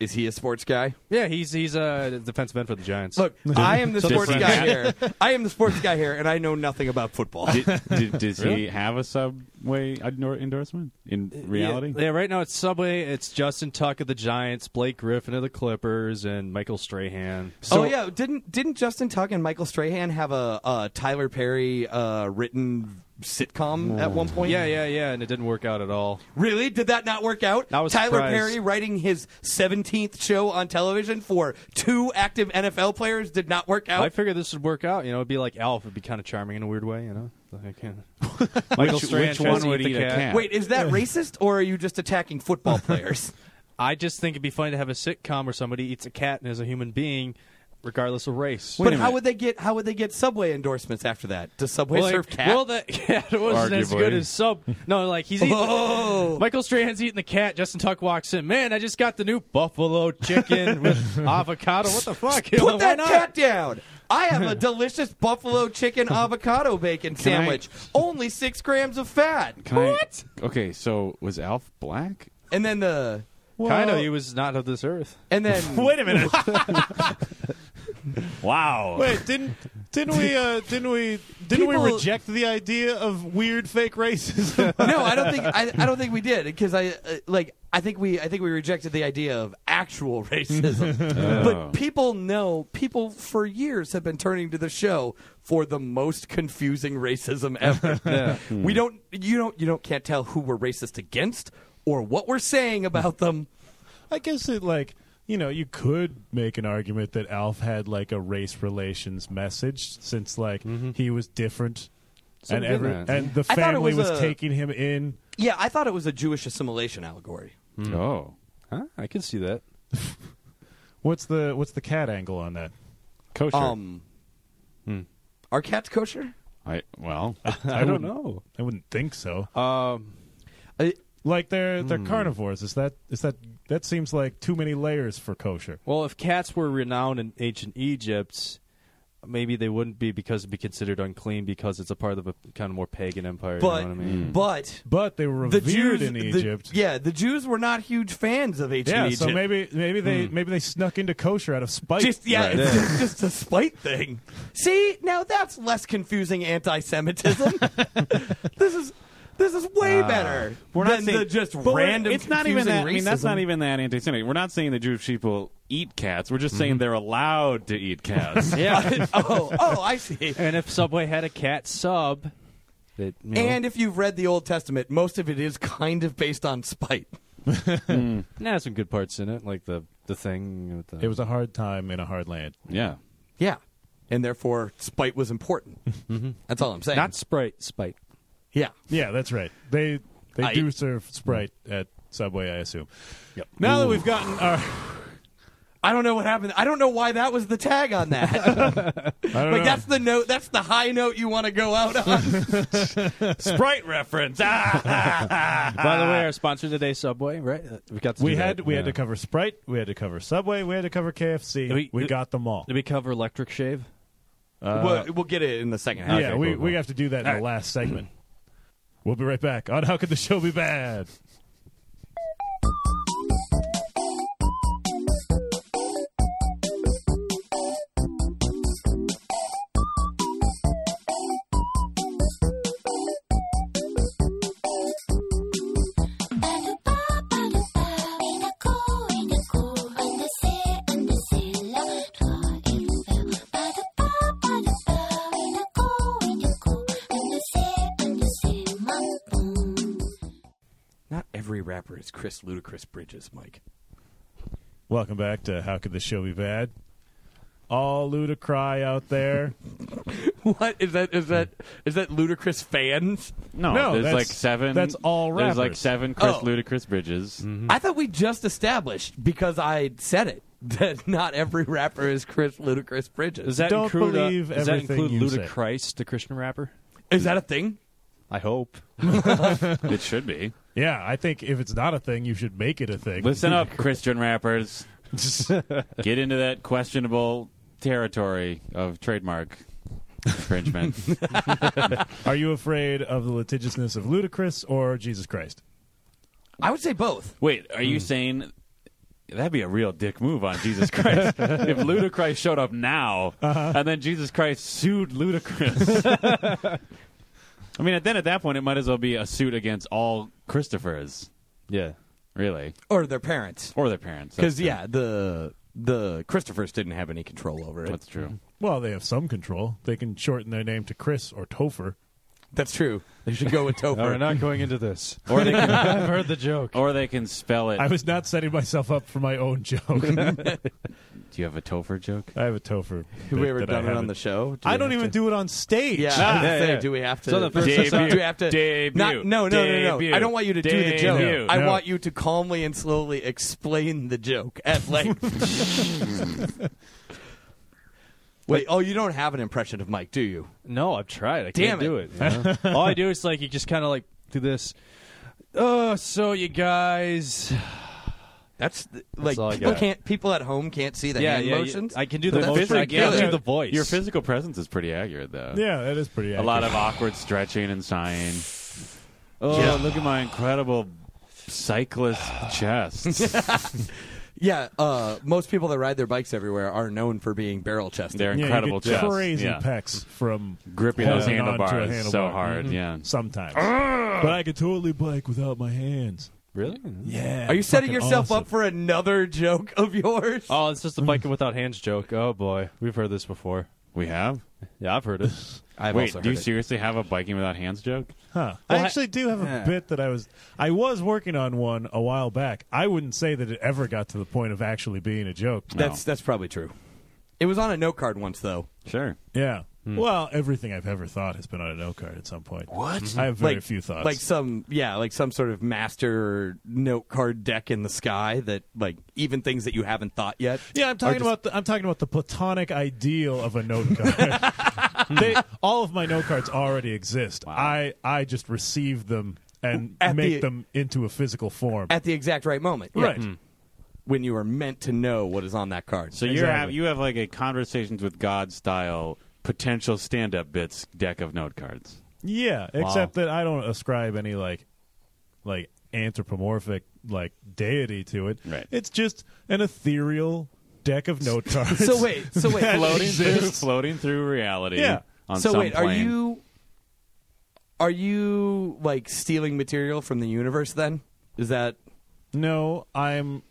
S1: Is he a sports guy?
S5: Yeah, he's he's a defensive end for the Giants.
S1: Look, I am the sports
S6: Different.
S1: guy here. I am the sports guy here, and I know nothing about football.
S6: Did, did- does he have a Subway endor- endorsement in reality?
S5: Yeah, yeah, right now it's Subway. It's Justin Tuck of the Giants, Blake Griffin of the Clippers, and Michael Strahan.
S1: oh yeah, didn't didn't Justin Tuck and Michael Strahan have a, uh Tyler Perry uh, written sitcom at one point?
S5: Yeah, yeah, yeah, and it didn't work out at all.
S1: Really? Did that not work out?
S5: I was
S1: Tyler
S5: surprised.
S1: Perry writing his 17th show on television for two active NFL players did not work
S5: I
S1: out.
S5: figured this would work out. You know, it'd be like Alf. It'd be kind of charming in a weird way. You know, like I can. Michael
S6: Which-
S5: Strahan
S6: which
S5: tries
S6: one
S5: to
S6: would
S5: eat the
S6: eat a cat?
S1: Wait, is that racist or are you just attacking football players?
S5: I just think it'd be funny to have a sitcom where somebody eats a cat and is a human being, regardless of race.
S1: but
S6: a
S1: how
S6: minute.
S1: would they get how would they get Subway endorsements after that? Does Subway
S5: Well,
S1: serve
S5: like,
S1: cat?
S5: well, that cat wasn't as
S6: Arguably.
S5: good as Sub. No, like he's eating.
S1: Oh.
S5: Michael Strahan's eating the cat. Justin Tuck walks in. Man, I just got the new buffalo chicken with avocado. What the fuck? Why
S1: Put that
S5: not?
S1: cat down. I have a delicious buffalo chicken avocado bacon
S6: I-
S1: sandwich. Only six grams of fat.
S6: Can I- okay, so was Alf black?
S1: And then the
S5: kind of. He was not of this earth.
S1: and then
S2: Wait a minute.
S6: Wow.
S2: Wait, didn't didn't we uh, didn't we didn't
S1: People-
S2: we reject the idea of weird fake racism?
S1: no, I don't think I, I don't think we did because I uh, like I think we I think we rejected the idea of actual racism. But people know people for years have been turning to the show for the most confusing racism ever. Hmm. We don't you don't you don't can't tell who we're racist against or what we're saying about them.
S2: I guess it like you know you could make an argument that Alf had like a race relations message since like
S1: Mm-hmm.
S2: he was different and
S5: did
S2: every
S5: that.
S2: and the
S1: I thought it
S2: family
S1: was
S2: was,
S1: a-
S2: taking him in.
S1: Yeah, I thought it was a Jewish assimilation allegory.
S6: Oh.
S5: Huh? I can see that.
S2: What's the what's the cat angle on that?
S6: Kosher.
S1: Um
S5: Hmm.
S1: Are cats kosher?
S6: I well,
S2: I,
S5: don't
S2: wouldn't-
S5: know.
S2: I wouldn't think so.
S5: Um,
S1: I-
S2: Like they're
S1: Hmm.
S2: they're carnivores. Is that is that that seems like too many layers for kosher?
S5: well, if cats were renowned in ancient Egypt, maybe they wouldn't be because it'd be considered unclean because it's a part of a kind of more pagan empire.
S1: But
S5: you know what I mean?
S1: but
S2: But they were
S1: the
S2: revered
S1: Jews
S2: in
S1: the-
S2: Egypt.
S1: yeah, the Jews were not huge fans of ancient
S2: Yeah,
S1: Egypt. Hmm.
S2: so maybe maybe they maybe they snuck into kosher out of spite.
S1: Just yeah,
S6: Right.
S1: it's just, just a spite thing. See, now that's less confusing anti-Semitism. this is this is way better
S6: We're not
S1: than
S6: saying
S1: the just
S6: but we're-
S1: random.
S6: It's not even
S1: confusing
S6: that. I mean, that's
S1: racism.
S6: not even that anti-Semitic. We're not saying the Jewish people eat cats. We're just saying they're allowed to eat cats.
S5: yeah.
S1: oh, oh, I see.
S5: and if Subway had a cat sub, that you know,
S1: And if you've read the Old Testament, most of it is kind of based on spite.
S5: it had some good parts in it, like the the thing. With the,
S2: It was a hard time in a hard land.
S6: yeah.
S1: Yeah, Mm-hmm. and therefore spite was important. That's all I'm saying.
S5: not sprite spite.
S1: yeah.
S2: Yeah, that's right. They they
S1: I-
S2: do serve Sprite at Subway, I assume. Yep. Now that we've gotten our,
S1: I don't know what happened. I don't know why that was the tag on that.
S2: I don't
S1: like
S2: know.
S1: that's the note. That's the high note you want to go out on.
S6: Sprite reference.
S5: By the way, our sponsor today, Subway. Right, Uh, we got to
S2: we
S5: do
S2: had
S5: that.
S2: we
S5: Yeah.
S2: had to cover Sprite, we had to cover Subway, we had to cover KFC.
S5: We-
S2: We, got them all.
S5: Did we cover electric shave?
S1: we'll, we'll get it in the second half.
S2: Uh, yeah, we we have to do that in the last segment. We'll be right back on How Could the Show Be Bad?
S1: Not every rapper is Chris Ludacris Bridges, Mike.
S2: Welcome back to How Could the Show Be Bad? All ludicry out there.
S1: What is that? Is that is that Ludacris fans?
S6: No,
S2: No,
S6: there's
S2: that's-
S6: like seven.
S2: that's all
S6: There's like
S2: rappers.
S6: seven Chris
S1: Oh. Mm-hmm.
S6: Ludacris Bridges.
S2: Mm-hmm.
S1: I thought we just established because I said it that not every rapper is Chris Ludacris Bridges.
S5: Does that
S2: Don't
S5: include, uh,
S2: believe
S5: does that
S2: everything
S5: include
S2: you say.
S5: Ludacris, the Christian rapper?
S1: is that a thing?
S5: I hope.
S6: It should be.
S2: Yeah, I think if it's not a thing, you should make it a thing.
S6: Listen up, Christian rappers. Get into that questionable territory of trademark infringement.
S2: Are you afraid of the litigiousness of Ludacris or Jesus Christ?
S1: I would say both.
S6: Wait, are
S2: Hmm.
S6: you saying that'd be a real dick move on Jesus Christ if Ludacris showed up now
S2: Uh-huh.
S6: and then Jesus Christ sued Ludacris? I mean, then at that point, it might as well be a suit against all Christophers,
S5: Yeah.
S6: really,
S1: Or their parents.
S6: or their parents. That's
S1: Because yeah, the the Christophers didn't have any control over it.
S6: true. that's true.
S2: Well, they have some control. They can shorten their name to Chris or Topher.
S1: That's true. They should go with
S5: No, we're
S1: Topher.
S5: not going into this.
S6: Or they can,
S5: I've heard the joke.
S6: or they can spell it.
S2: I was not setting myself up for my own joke.
S6: Do you have a Topher joke?
S2: I have a Topher.
S1: Have we
S2: bit
S1: ever
S2: that I
S1: done it on
S2: haven't-
S1: the show?
S2: I don't even do it on stage.
S1: Yeah, I was
S6: Ah,
S1: gonna
S6: yeah,
S1: say,
S6: yeah.
S1: do we have to?
S5: So the first
S6: Debut.
S1: do we have to?
S6: Debut.
S1: Not, no, no, no, no.
S6: Debut.
S1: I don't want you to do the joke.
S6: Debut.
S1: I
S2: No.
S1: want you to calmly and slowly explain the joke at length. Wait, oh, you don't have an impression of Mike, do you?
S5: No, I've tried. I
S1: Damn
S5: can't do it. you know? All I do is like you just kind of like do this. Oh, so you guys.
S1: That's th- like
S5: all I
S1: people
S5: got.
S1: can't. People at home can't see the
S5: Yeah,
S1: hand
S5: yeah,
S1: motions.
S5: yeah. I can do the
S1: That's
S5: motion. I
S1: pretty
S5: can't
S1: good.
S5: do the voice.
S6: Your physical presence is pretty accurate, though.
S2: Yeah, that is pretty.
S6: A lot of awkward stretching and sighing. Oh,
S1: Yeah.
S6: look at my incredible cyclist chest.
S1: Yeah, uh, most people that ride their bikes everywhere are known for being barrel chested.
S6: They're incredible
S2: yeah, you get
S6: chest.
S2: Crazy
S6: yeah.
S2: pecs from
S6: Gripping those
S2: holding onto a
S6: handlebars so
S2: handlebar.
S6: hard.
S2: Mhm.
S6: Yeah.
S2: Sometimes, but I could totally bike without my hands.
S5: Really?
S2: Yeah.
S1: Are you setting
S2: fucking
S1: yourself
S2: awesome.
S1: up for another joke of yours?
S5: Oh, it's just the biking without hands joke. Oh boy, we've heard this before.
S6: We have?
S5: Yeah, I've heard it.
S1: I've
S6: Wait, do you seriously have a biking without hands joke?
S2: Huh.
S5: Well,
S2: I
S5: I-
S2: actually do have a
S5: yeah.
S2: bit that I was I was working on one a while back. I wouldn't say that it ever got to the point of actually being a joke.
S1: That's that's probably true. It was on a note card once though.
S6: Sure.
S2: Yeah.
S1: Hmm.
S2: Well, everything I've ever thought has been on a note card at some point. What? Mm-hmm. I have very
S1: like
S2: few thoughts.
S1: Like some yeah, like some sort of master note card deck in the sky that like even things that you haven't thought yet.
S2: yeah, I'm
S1: are
S2: talking
S1: just-
S2: about the, I'm talking about the platonic ideal of a note card. they, all of my note cards already exist. I I just receive them and
S1: At
S2: make
S1: the-
S2: them into a physical form.
S1: at the exact right moment. Yeah. Mm-hmm. Hmm.
S2: right.
S1: when you are meant to know what is on that card.
S6: So you have you have like a conversations with God style potential stand up bits deck of note cards.
S2: Yeah, except that I don't ascribe any like like anthropomorphic like deity to it.
S6: Right.
S2: It's just an ethereal deck of note cards.
S1: So wait, so wait,
S6: Floating through, floating through reality.
S2: Yeah.
S6: On
S1: so
S6: some
S1: wait, are
S6: plane.
S1: you are you like stealing material from the universe? Then is that
S2: No, I'm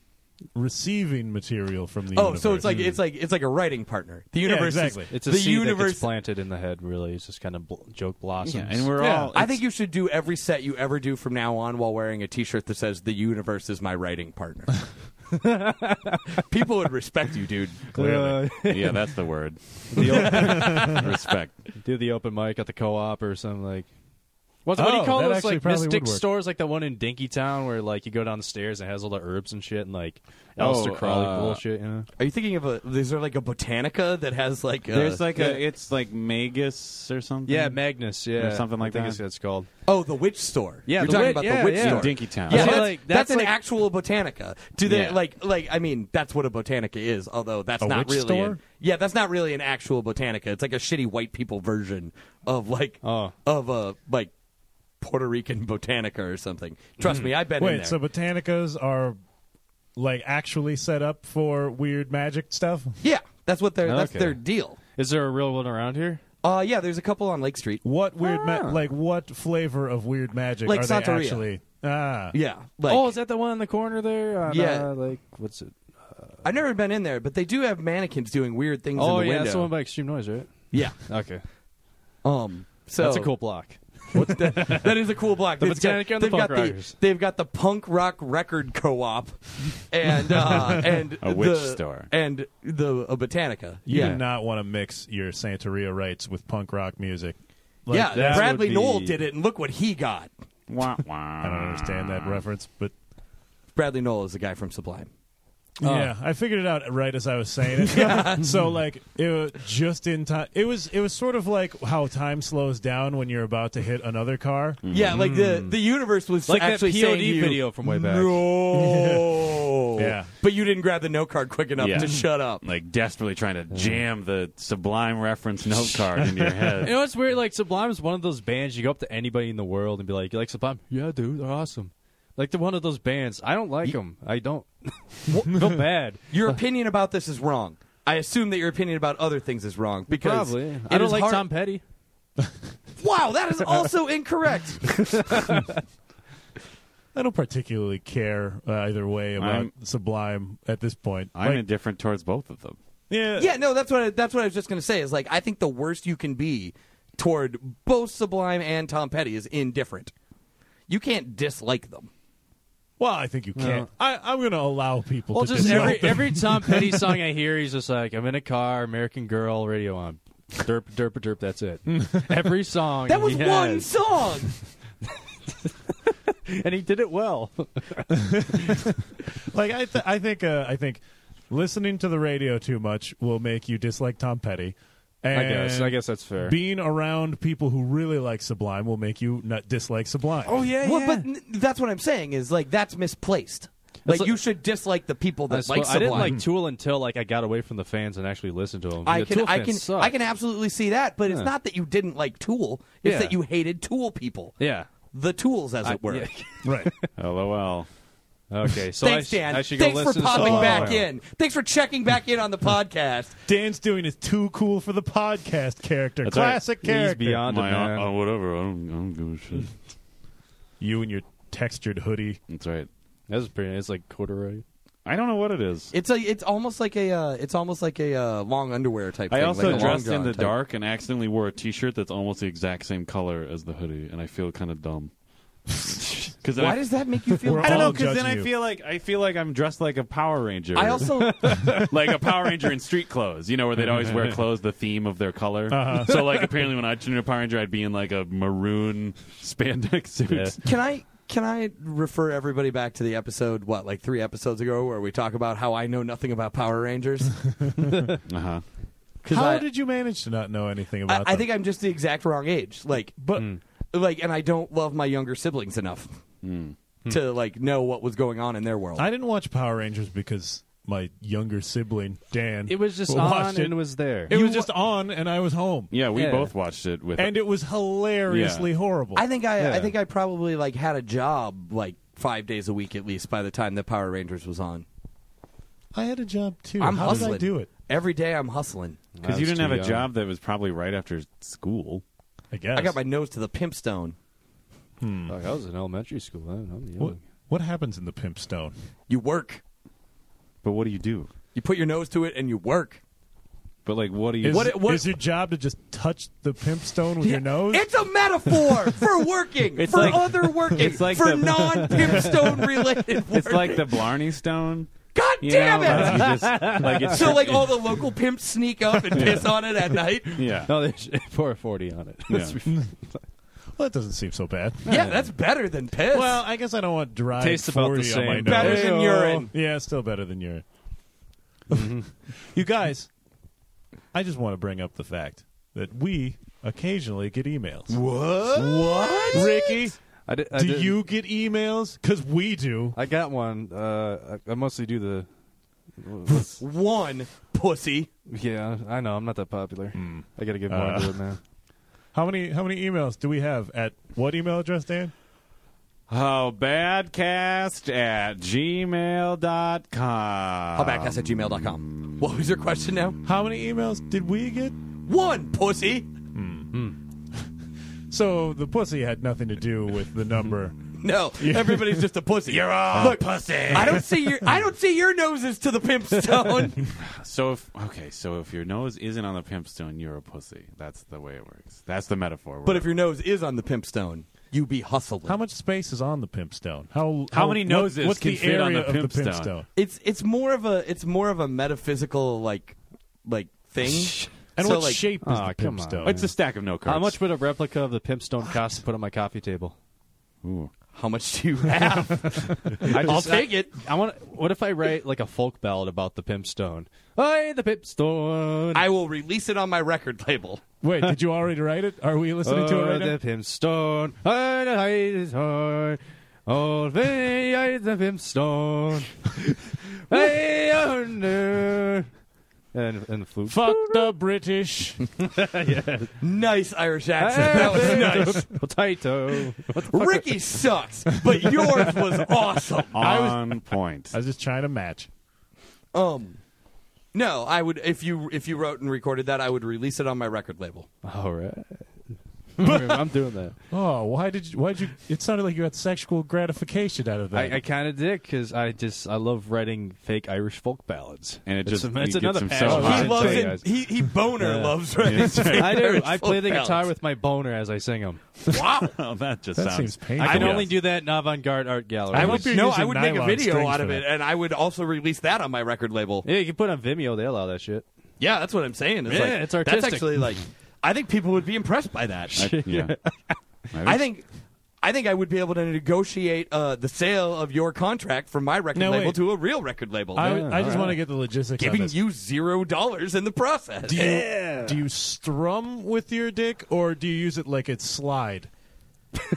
S2: receiving material from the
S1: oh?
S2: universe.
S1: So it's like it's like it's like a writing partner. The
S2: yeah,
S1: universe, is-
S2: exactly.
S5: It's a
S1: the
S5: seed that
S1: universe.
S5: gets planted in the head. Really, it's just kind of bl- joke blossoms.
S6: Yeah, and we're all
S1: I think you should do every set you ever do from now on while wearing a T-shirt that says "The universe is my writing partner." People would respect you, dude.
S5: clearly
S6: Yeah, that's the word. Respect.
S5: do the open mic at the co-op or something like. What's, what do
S2: Oh,
S5: you call
S2: that
S5: those
S2: actually
S5: like
S2: probably would
S5: mystic
S2: work.
S5: stores like that one in Dinky Town where like you go down the stairs and it has all the herbs and shit and like
S6: Oh,
S5: Elster Crowley
S6: uh,
S5: bullshit, you know?
S1: Are you thinking of a? Is there like a botanica that has like? A,
S6: There's like a it's like Magus or something.
S5: Yeah, Magnus, yeah,
S6: Or something like
S5: I think
S6: that.
S5: it's what it's called.
S1: oh, the witch store.
S5: Yeah,
S1: you're
S5: the
S1: talking
S5: wit-
S1: about
S5: yeah,
S1: the witch
S5: yeah.
S1: store.
S6: Dinky Town.
S1: Yeah,
S5: So,
S1: that's,
S5: like,
S1: that's,
S5: that's
S1: an
S5: like-
S1: actual botanica. Do they
S6: Yeah.
S1: like like I mean that's what a botanica is, although that's
S2: A
S1: not
S2: witch
S1: really
S2: store?
S1: an- Yeah, that's not really an actual botanica. It's like a shitty white people version of like
S5: Oh.
S1: of a like Puerto Rican botanica or something. Trust
S5: Hmm.
S1: me, I've been in
S2: wait,
S1: there.
S2: so botanicas are like actually set up for weird magic stuff?
S1: yeah, that's what their that's
S5: Okay.
S1: their deal.
S5: Is there a real one around here?
S1: Uh yeah, there's a couple on Lake Street.
S2: What weird ma- like what flavor of weird
S1: Ah.
S2: magic
S1: Like
S2: are they
S1: Santeria.
S2: actually Ah.
S1: Yeah. Like
S5: oh, is that the one in the corner there? On,
S1: Yeah.
S5: uh, like what's it?
S1: I've never been in there, but they do have mannequins doing weird things
S5: Oh
S1: in the
S5: yeah,
S1: window.
S5: that's the one by Extreme Noise, right?
S1: yeah.
S5: Okay,
S1: Um so
S5: that's a cool block.
S1: What's that? that is a cool block.
S5: The
S1: They've got-
S5: Botanic and the
S1: they've got
S5: Punk Rockers.
S1: They've got the punk rock record co-op, and uh, and
S6: A witch
S1: the-
S6: store.
S1: and the a Botanica.
S2: You
S1: yeah,
S2: do not want to mix your Santeria rights with punk rock music. Like,
S1: yeah.
S2: that-
S1: Bradley
S5: would
S1: Knoll
S5: be-
S1: did it, and look what he got.
S6: Wah,
S2: I don't
S6: wah.
S2: understand
S1: Ah.
S2: that reference, but
S1: Bradley Knoll is the guy from Sublime.
S5: Oh.
S2: yeah, I figured it out right as I was saying it. So like it was just in time. It was it was sort of like how time slows down when you're about to hit another car.
S5: Hmm.
S1: Yeah, like the the universe was
S5: Mm. Like that
S1: actually saying to
S5: POD
S1: you,
S5: video from way back.
S1: No.
S2: Yeah.
S1: But you didn't grab the no card quick enough
S6: Yeah.
S1: to shut up.
S6: Like desperately trying to jam the sublime reference note card in your head.
S5: You know what's weird? Like Sublime is one of those bands you go up to anybody in the world and be like, "You like Sublime? Yeah, dude, they're awesome." Like they're one of those bands. I don't like them. I don't. no bad.
S1: Your opinion about this is wrong. I assume that your opinion about other things is wrong because
S5: Probably.
S1: it
S5: I don't
S1: is
S5: like
S1: hard-
S5: Tom Petty.
S1: Wow, that is also incorrect.
S2: I don't particularly care uh, either way about
S6: I'm-
S2: Sublime at this point.
S6: I'm
S2: Like,
S6: indifferent towards both of them.
S2: yeah,
S1: yeah, no, that's what I, that's what I was just gonna say. Is like I think the worst you can be toward both Sublime and Tom Petty is indifferent. You can't dislike them.
S2: Well, I think you can't. I, I'm going to allow people
S5: Well,
S2: to
S5: just every
S2: dislike them.
S5: every Tom Petty song I hear, he's just like, "I'm in a car, American Girl, radio on, derp derp derp." That's it. every song.
S1: That was
S5: he
S1: one
S5: has.
S1: song.
S5: and he did it well.
S2: like I, th- I think, uh, I think listening to the radio too much will make you dislike Tom Petty. And
S5: I guess. I guess that's fair.
S2: Being around people who really like Sublime will make you not dislike Sublime. Oh
S5: yeah,
S1: Well, but n- that's what I'm saying is like that's misplaced. Like,
S5: like-
S1: you should dislike the people
S5: I,
S1: that like Sublime.
S5: didn't like Tool until like I got away from the fans and actually listened to them.
S1: I
S5: The
S1: can,
S5: Tool
S1: I
S5: fans
S1: can,
S5: suck.
S1: I can absolutely see that, but it's not that you didn't like Tool. It's
S5: Yeah.
S1: that you hated Tool people,
S5: Yeah.
S1: the tools, as it were.
S5: yeah.
S2: right.
S6: LOL.
S5: Okay, so
S1: Thanks,
S5: I, sh-
S1: Dan.
S5: I should go
S1: Thanks for
S5: listen to
S1: popping
S5: Sublime.
S1: back in. Thanks for checking back in on the podcast.
S2: Dan's doing his too cool for the podcast character,
S6: That's
S2: classic
S5: He's
S2: character.
S5: beyond it,
S6: My,
S5: man.
S6: uh, uh, whatever. I don't, I don't give a shit.
S2: you and your textured hoodie.
S6: That's right.
S5: That was pretty. It's like corduroy.
S6: I don't know what it is.
S1: It's a, it's almost like a, uh, it's almost like a uh, long underwear type.
S6: I
S1: thing,
S6: also
S1: like a
S6: dressed
S1: long
S6: in the
S1: john type.
S6: dark and accidentally wore a T-shirt that's almost the exact same color as the hoodie, and I feel kind of dumb. Because
S1: Why does that make you feel?
S2: We're
S6: I don't know
S2: I'll
S6: because then
S2: judge
S6: I
S2: you.
S6: feel like I feel like I'm dressed like a Power Ranger.
S1: I also,
S6: like a Power Ranger in street clothes, you know, where they'd always wear clothes the theme of their color. So like apparently when I turned into a Power Ranger, I'd be in like a maroon spandex suit.
S1: Can I can I refer everybody back to the episode what like three episodes ago where we talk about how I know nothing about Power Rangers?
S6: Uh huh.
S2: How
S1: I-
S2: did you manage to not know
S1: I,
S2: anything about?
S1: I
S2: them?
S1: think I'm just the exact wrong age. Like,
S2: but
S1: like, and I don't love my younger siblings enough. to like know what was going on in their world.
S2: I didn't watch Power Rangers because my younger sibling Dan.
S5: It was just
S2: watched
S5: on and it was there.
S2: It was just on, and I was home.
S6: Yeah, we
S5: Yeah.
S6: both watched it with.
S2: and it was hilariously
S6: Yeah.
S2: horrible.
S1: I think I, I think I probably like had a job like five days a week at least by the time the Power Rangers was on.
S2: I had a job too.
S1: I'm
S2: How
S1: hustling.
S2: did I do it?
S1: every day? I'm hustling.
S6: because you didn't have a job that was probably right after school.
S2: I guess
S1: I got my nose to the pimp stone.
S8: Fuck, I was in elementary school. I, I'm young.
S2: What, what happens in the Pimp Stone?
S1: You work.
S6: But what do you do?
S1: You put your nose to it and you work.
S6: But like, what do you?
S2: Is,
S1: What- what-
S2: is your job to just touch the Pimp Stone with your nose?
S1: It's a metaphor for working,
S6: It's
S1: for
S6: like-
S1: other working,
S6: it's like
S1: for
S6: the-
S1: non pimpstone related work.
S6: it's like the Blarney Stone.
S1: God
S6: You
S1: damn
S6: know,
S1: it!
S6: like, you just- like, it's-
S1: So like all the local pimps sneak up and piss on it at night.
S6: yeah.
S8: No, they should pour a 40 on it.
S6: Yeah.
S2: well, that doesn't seem so bad.
S1: Yeah, that's better than piss.
S2: Well, I guess I don't want dry
S5: Tastes about the
S2: 40 on my
S5: same.
S2: nose.
S1: better than urine.
S2: Yeah, it's still better than urine. you guys, I just want to bring up the fact that we occasionally get emails.
S1: What?
S2: Ricky,
S8: I did, I
S2: do
S8: didn't-
S2: you get emails? Because we do.
S8: I got one. Uh, I, I mostly do the. what's-
S1: One pussy.
S8: yeah, I know. I'm not that popular. I got to give more
S2: Uh.
S8: to it now.
S2: How many how many emails do we have at what email address, Dan?
S6: Oh, badcast at gmail.com. How
S1: Hubbackcast at gmail.com. What was your question now?
S2: How many emails did we get?
S1: One pussy.
S2: So the pussy had nothing to do with the number.
S1: No, everybody's just a pussy. You're all Look, pussy. I don't see your I don't see your noses to the pimp stone.
S6: So if okay, so if your nose isn't on the pimp stone, you're a pussy. That's the way it works. That's the metaphor.
S1: but if your nose is on the pimp stone, you be hustling.
S2: How much space is on the pimp stone? How
S6: How many noses
S2: what's
S6: can
S2: the
S6: fit
S2: area
S6: on the
S2: of
S6: pimp
S2: the pimp
S6: stone?
S2: stone?
S1: it's it's more of a it's more of a metaphysical like like thing.
S2: And
S1: so
S2: what
S1: like
S2: shape is
S8: Aw,
S2: the
S8: come
S2: pimp
S8: on.
S2: stone?
S6: it's a stack of no cards.
S5: How much would a replica of the Pimp Stone cost to put on my coffee table?
S1: how much do you have?
S5: I
S1: I'll take it.
S5: I want. What if I write like a folk ballad about the Pimp Stone? Hey, the Pimp Stone.
S1: I will release it on my record label.
S2: Wait, did you already write it? Are we listening to it
S5: Oh,
S2: right
S5: the
S2: now?
S5: Pimp Stone. Hey, the height is high. Oh, hey, hey, the Pimp Stone. Hey, oh, no.
S8: And and the flute.
S2: Fuck the British.
S1: Nice Irish accent.
S5: Hey,
S1: that was
S5: Pimp
S1: nice.
S5: Potato.
S1: Ricky sucks, but yours was awesome.
S6: on point?
S2: I was just trying to match.
S1: Um, no, I would if you if you wrote and recorded that, I would release it on my record label.
S5: Oh,
S8: All right. I'm doing that.
S2: Oh, why did you? Why did you? It sounded like you got sexual gratification out of that.
S5: I, I kind of did because I just I love writing fake Irish folk ballads.
S6: And it
S5: It's
S6: just-
S5: a-
S6: it
S5: it's
S6: gets
S5: another
S6: him so
S5: passion.
S6: hot.
S1: he
S6: I'd
S1: loves
S6: say
S1: it. He he boner loves writing.
S5: I do.
S1: Irish
S5: I
S1: folk
S5: play the
S1: ballads.
S5: guitar with my boner as I sing them.
S1: Wow.
S6: Oh, that just
S2: that
S6: sounds.
S2: seems painful.
S5: I can
S6: know.
S5: only do that in avant-garde art gallery.
S2: I
S1: I
S2: hope
S1: would
S2: you're
S1: no.
S2: using
S1: I would make a
S2: nylon
S1: video
S2: strings
S1: out
S2: for
S1: of it,
S2: that.
S1: and I would also release that on my record label.
S5: yeah, you can put on Vimeo. They allow that shit.
S1: Yeah, that's what I'm saying. It's
S5: Yeah,
S1: like,
S5: it's
S1: That's
S5: artistic.
S1: actually like, I think people would be impressed by that.
S6: I, yeah.
S1: I think. I think I would be able to negotiate uh, the sale of your contract from my record
S2: Now,
S1: label
S2: wait.
S1: to a real record label,
S2: I, I just want to get the logistics. of
S1: giving
S2: this.
S1: you zero dollars in the process.
S2: Do you, do you strum with your dick, or do you use it like it's slide?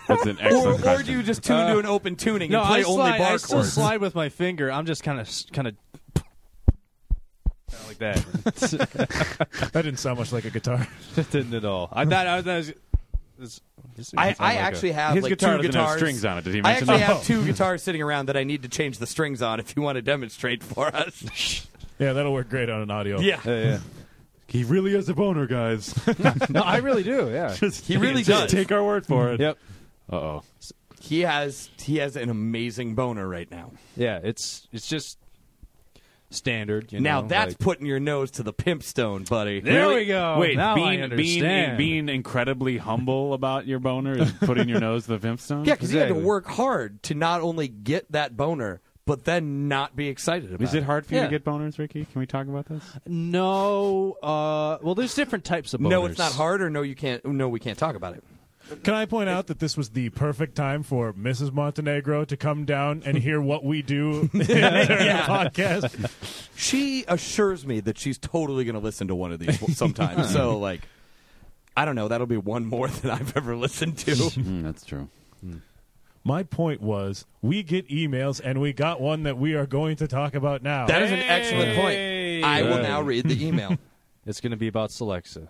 S6: that's an
S1: or,
S6: excellent
S1: or
S6: question.
S1: do you just tune to an open tuning and play
S5: I
S1: only
S5: slide,
S1: bar
S5: I
S1: chords?
S5: still slide with my finger. I'm just kind of kind of like that.
S2: That didn't sound much like a guitar.
S5: Didn't at all. I thought I was. I was this- this
S1: I,
S5: sounds
S1: I
S5: like a-
S1: actually have
S6: His
S1: like
S6: guitar
S1: two
S6: doesn't
S1: guitars.
S6: have strings on it. Did he
S1: I
S6: mention
S1: actually
S2: that?
S1: have two guitars sitting around that I need to change the strings on. If you want to demonstrate for us,
S2: Yeah, that'll work great on an audio.
S1: yeah,
S8: Yeah, yeah.
S6: He really is a boner, guys.
S8: No, I really do. Yeah.
S1: he really does.
S6: just take our word for it.
S8: yep.
S6: Uh oh.
S1: he has he has an amazing boner right now.
S5: Yeah, it's it's just standard. You
S1: now
S5: know,
S1: that's
S5: like-
S1: putting your nose to the pimp stone, buddy.
S5: There we go.
S6: Wait,
S5: Now I
S6: being, being
S5: understand.
S6: being incredibly humble about your boner is putting your nose to the pimp stone.
S1: Yeah, because you had to
S8: Exactly.
S1: work hard to not only get that boner, but then not be excited about
S6: Is it hard for you
S5: Yeah.
S6: to get boners, Ricky? Can we talk about this?
S5: no. Uh, well, there's different types of boners.
S1: No, it's not hard, or no, you can't. No, we can't talk about it.
S2: Can I point out that this was the perfect time for Mrs. Montenegro to come down and hear what we do in
S1: Yeah.
S2: our podcast?
S1: she assures me that she's totally going to listen to one of these sometime. so like, I don't know. That'll be one more than I've ever listened to.
S6: Mm, that's true.
S2: My point was, we get emails, and we got one that we are going to talk about now.
S1: That is an excellent point. I will now read the email.
S5: It's going to be about Celexa.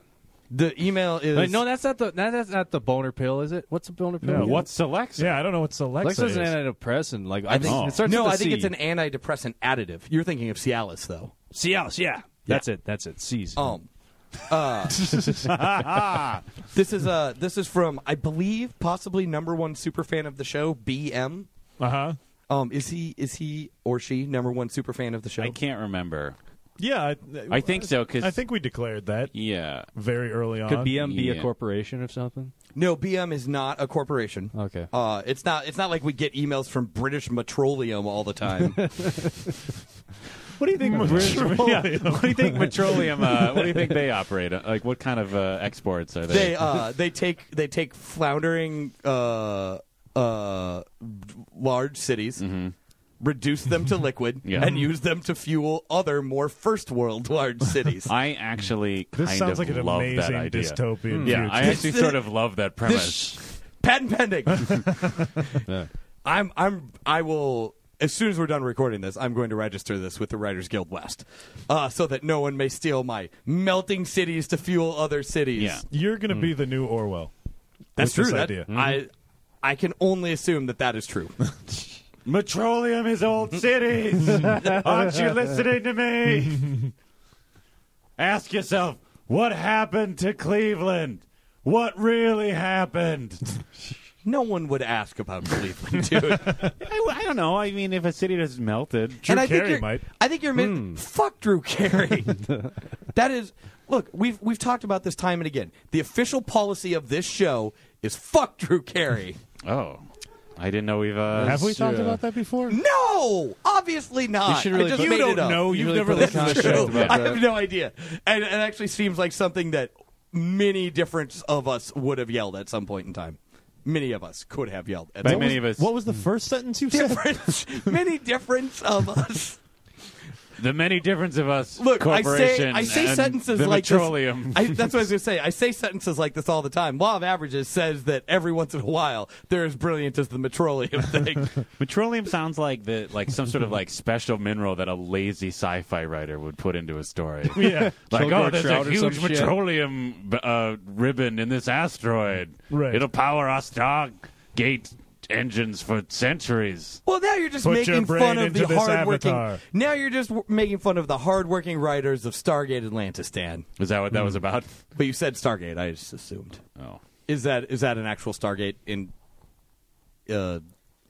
S1: The email is
S5: Wait, no, that's not the no, that's not the boner pill, is it? What's a boner pill?
S6: Uh,
S2: No,
S5: again?
S2: what's
S6: Selects.
S2: yeah, I don't know what Celexa
S5: Lexa is
S2: is.
S5: an antidepressant. Like
S1: I think,
S5: it starts
S1: no,
S5: with a
S1: I think
S5: C.
S1: it's an antidepressant additive. You're thinking of Cialis though.
S5: Cialis. Yeah. Oh, that's it. That's it. C's.
S1: Um, uh, this is uh, this is from I believe possibly number one super fan of the show BM.
S2: uh huh.
S1: Um, is he is he or she number one super fan of the show?
S6: I can't remember.
S2: Yeah, I,
S6: I think so, 'cause-
S2: I think we declared that
S6: Yeah.
S2: very early on.
S5: Could BM be
S6: Yeah.
S5: a corporation or something?
S1: No, BM is not a corporation.
S5: Okay.
S1: Uh, it's not. It's not like we get emails from British Petroleum all the time.
S2: What do you think,
S6: What do you think petroleum? Uh, what do you think they operate? on? Like, what kind of uh, exports are they?
S1: they uh, they take they take floundering uh, uh, large cities, reduce them to liquid,
S6: Mm-hmm. Yeah.
S1: and use them to fuel other more first world large cities.
S6: I actually
S2: This
S6: kind
S2: sounds
S6: of
S2: like an
S6: love
S2: amazing
S6: that idea. Hmm.
S2: dystopian
S6: Yeah, I
S2: future.
S6: actually sort of love that premise.
S1: This patent pending. I'm I'm I will as soon as we're done recording this, I'm going to register this with the Writers Guild West, uh, so that no one may steal my melting cities to fuel other cities.
S6: Yeah.
S2: You're going to
S1: Hmm.
S2: be the new Orwell.
S1: that's
S2: with
S1: true.
S2: This
S1: That,
S2: idea. Mm-hmm.
S1: I I can only assume that that is true.
S6: Petroleum is old cities. Aren't you listening to me? Ask yourself, what happened to Cleveland? What really happened?
S1: no one would ask about Cleveland, dude.
S6: I, I don't know. I mean, if a city doesn't melted,
S2: Drew
S1: and I
S2: Carey
S1: think you're,
S2: might. Hmm.
S1: I think you're meant. Fuck Drew Carey. that is. Look, we've we've talked about this time and again. The official policy of this show is fuck Drew Carey.
S6: oh, I didn't know we've. Uh,
S2: Have we talked
S5: Yeah.
S2: about that before?
S1: No, obviously not.
S5: You should
S1: I
S5: really
S1: just
S5: put-
S2: You
S1: made
S2: don't
S1: it up.
S2: know.
S5: You
S2: You've
S5: really
S2: never
S5: put it
S2: listened
S5: on
S2: to the
S5: the
S2: show.
S5: show. about
S1: I
S5: that.
S1: have no idea. And it actually seems like something that many different of us would have yelled at some point in time. Many of us could have yelled at
S6: By
S1: some
S6: many of us,
S2: What was the first sentence you said?
S1: different, many difference of us.
S6: the many difference of us.
S1: Look, I say
S6: corporation
S1: I say
S6: and
S1: sentences
S6: the
S1: like
S6: petroleum.
S1: This, I, that's what I was going to say. I say sentences like this all the time. Law of averages says that every once in a while they're as brilliant as the petroleum thing.
S6: Petroleum sounds like the like some sort of like special mineral that a lazy sci-fi writer would put into a story.
S2: yeah.
S6: Like,
S5: Kilgore
S6: oh, there's
S5: Trout
S6: a
S5: or
S6: huge
S5: some shit.
S6: petroleum b- uh, ribbon in this asteroid.
S2: Right.
S6: It'll power our Stargate engines for centuries.
S1: Well, now you're just
S2: Put your
S1: making
S2: brain
S1: fun of
S2: into
S1: the
S2: this
S1: hardworking.
S2: avatar.
S1: Now you're just w- making fun of the hardworking writers of Stargate Atlantis, Dan.
S6: Is that what that was about?
S1: But you said Stargate. I just assumed.
S6: Oh.
S1: Is that is that an actual Stargate in uh,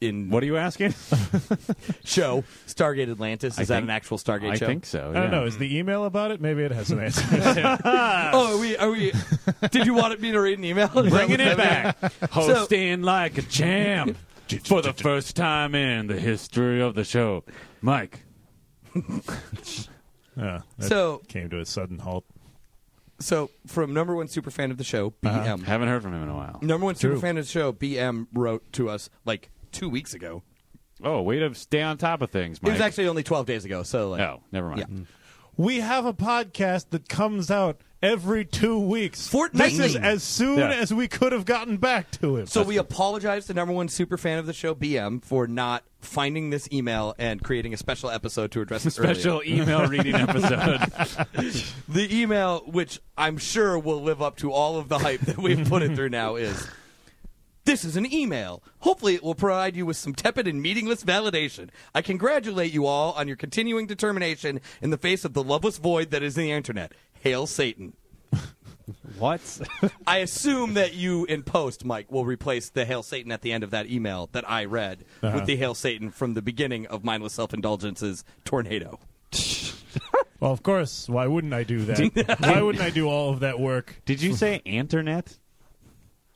S1: in
S6: What are you asking?
S1: show Stargate Atlantis? Is
S6: I
S1: that
S6: think-
S1: an actual Stargate
S6: I
S1: show?
S6: think so.
S2: I don't know. Is the email about it? Maybe it has an answer.
S1: Oh, are we are we? did you want me to read an email? Is that
S6: Bringing
S1: what
S6: it
S1: that meant?
S6: back. Hosting like a champ. For the first time in the history of the show. Mike.
S2: yeah, that
S1: So-
S2: came to a sudden halt.
S1: So, from number one super fan of the show,
S6: Uh-huh.
S1: BM.
S6: Haven't heard from him in a while.
S1: Number one super fan of the show, BM, wrote to us like two weeks ago.
S6: Oh, way to stay on top of things,
S1: It
S6: Mike.
S1: was actually only twelve days ago. So, like,
S6: Oh, never mind.
S1: Yeah.
S2: We have a podcast that comes out every two weeks.
S1: Fortnightly.
S2: This is as soon
S6: Yeah.
S2: as we could have gotten back to it.
S1: So we apologize to number one super fan of the show, BM, for not finding this email and creating a special episode to address it
S6: Special email reading episode.
S1: earlier. The email, which I'm sure will live up to all of the hype that we've put it through now, is this is an email. Hopefully, it will provide you with some tepid and meaningless validation. I congratulate you all on your continuing determination in the face of the loveless void that is the internet. Hail Satan.
S5: What?
S1: I assume that you in post, Mike, will replace the Hail Satan at the end of that email that I read with the Hail Satan from the beginning of Mindless Self Indulgence's Tornado.
S2: well, of course. Why wouldn't I do that? why wouldn't I do all of that work?
S6: Did you say internet?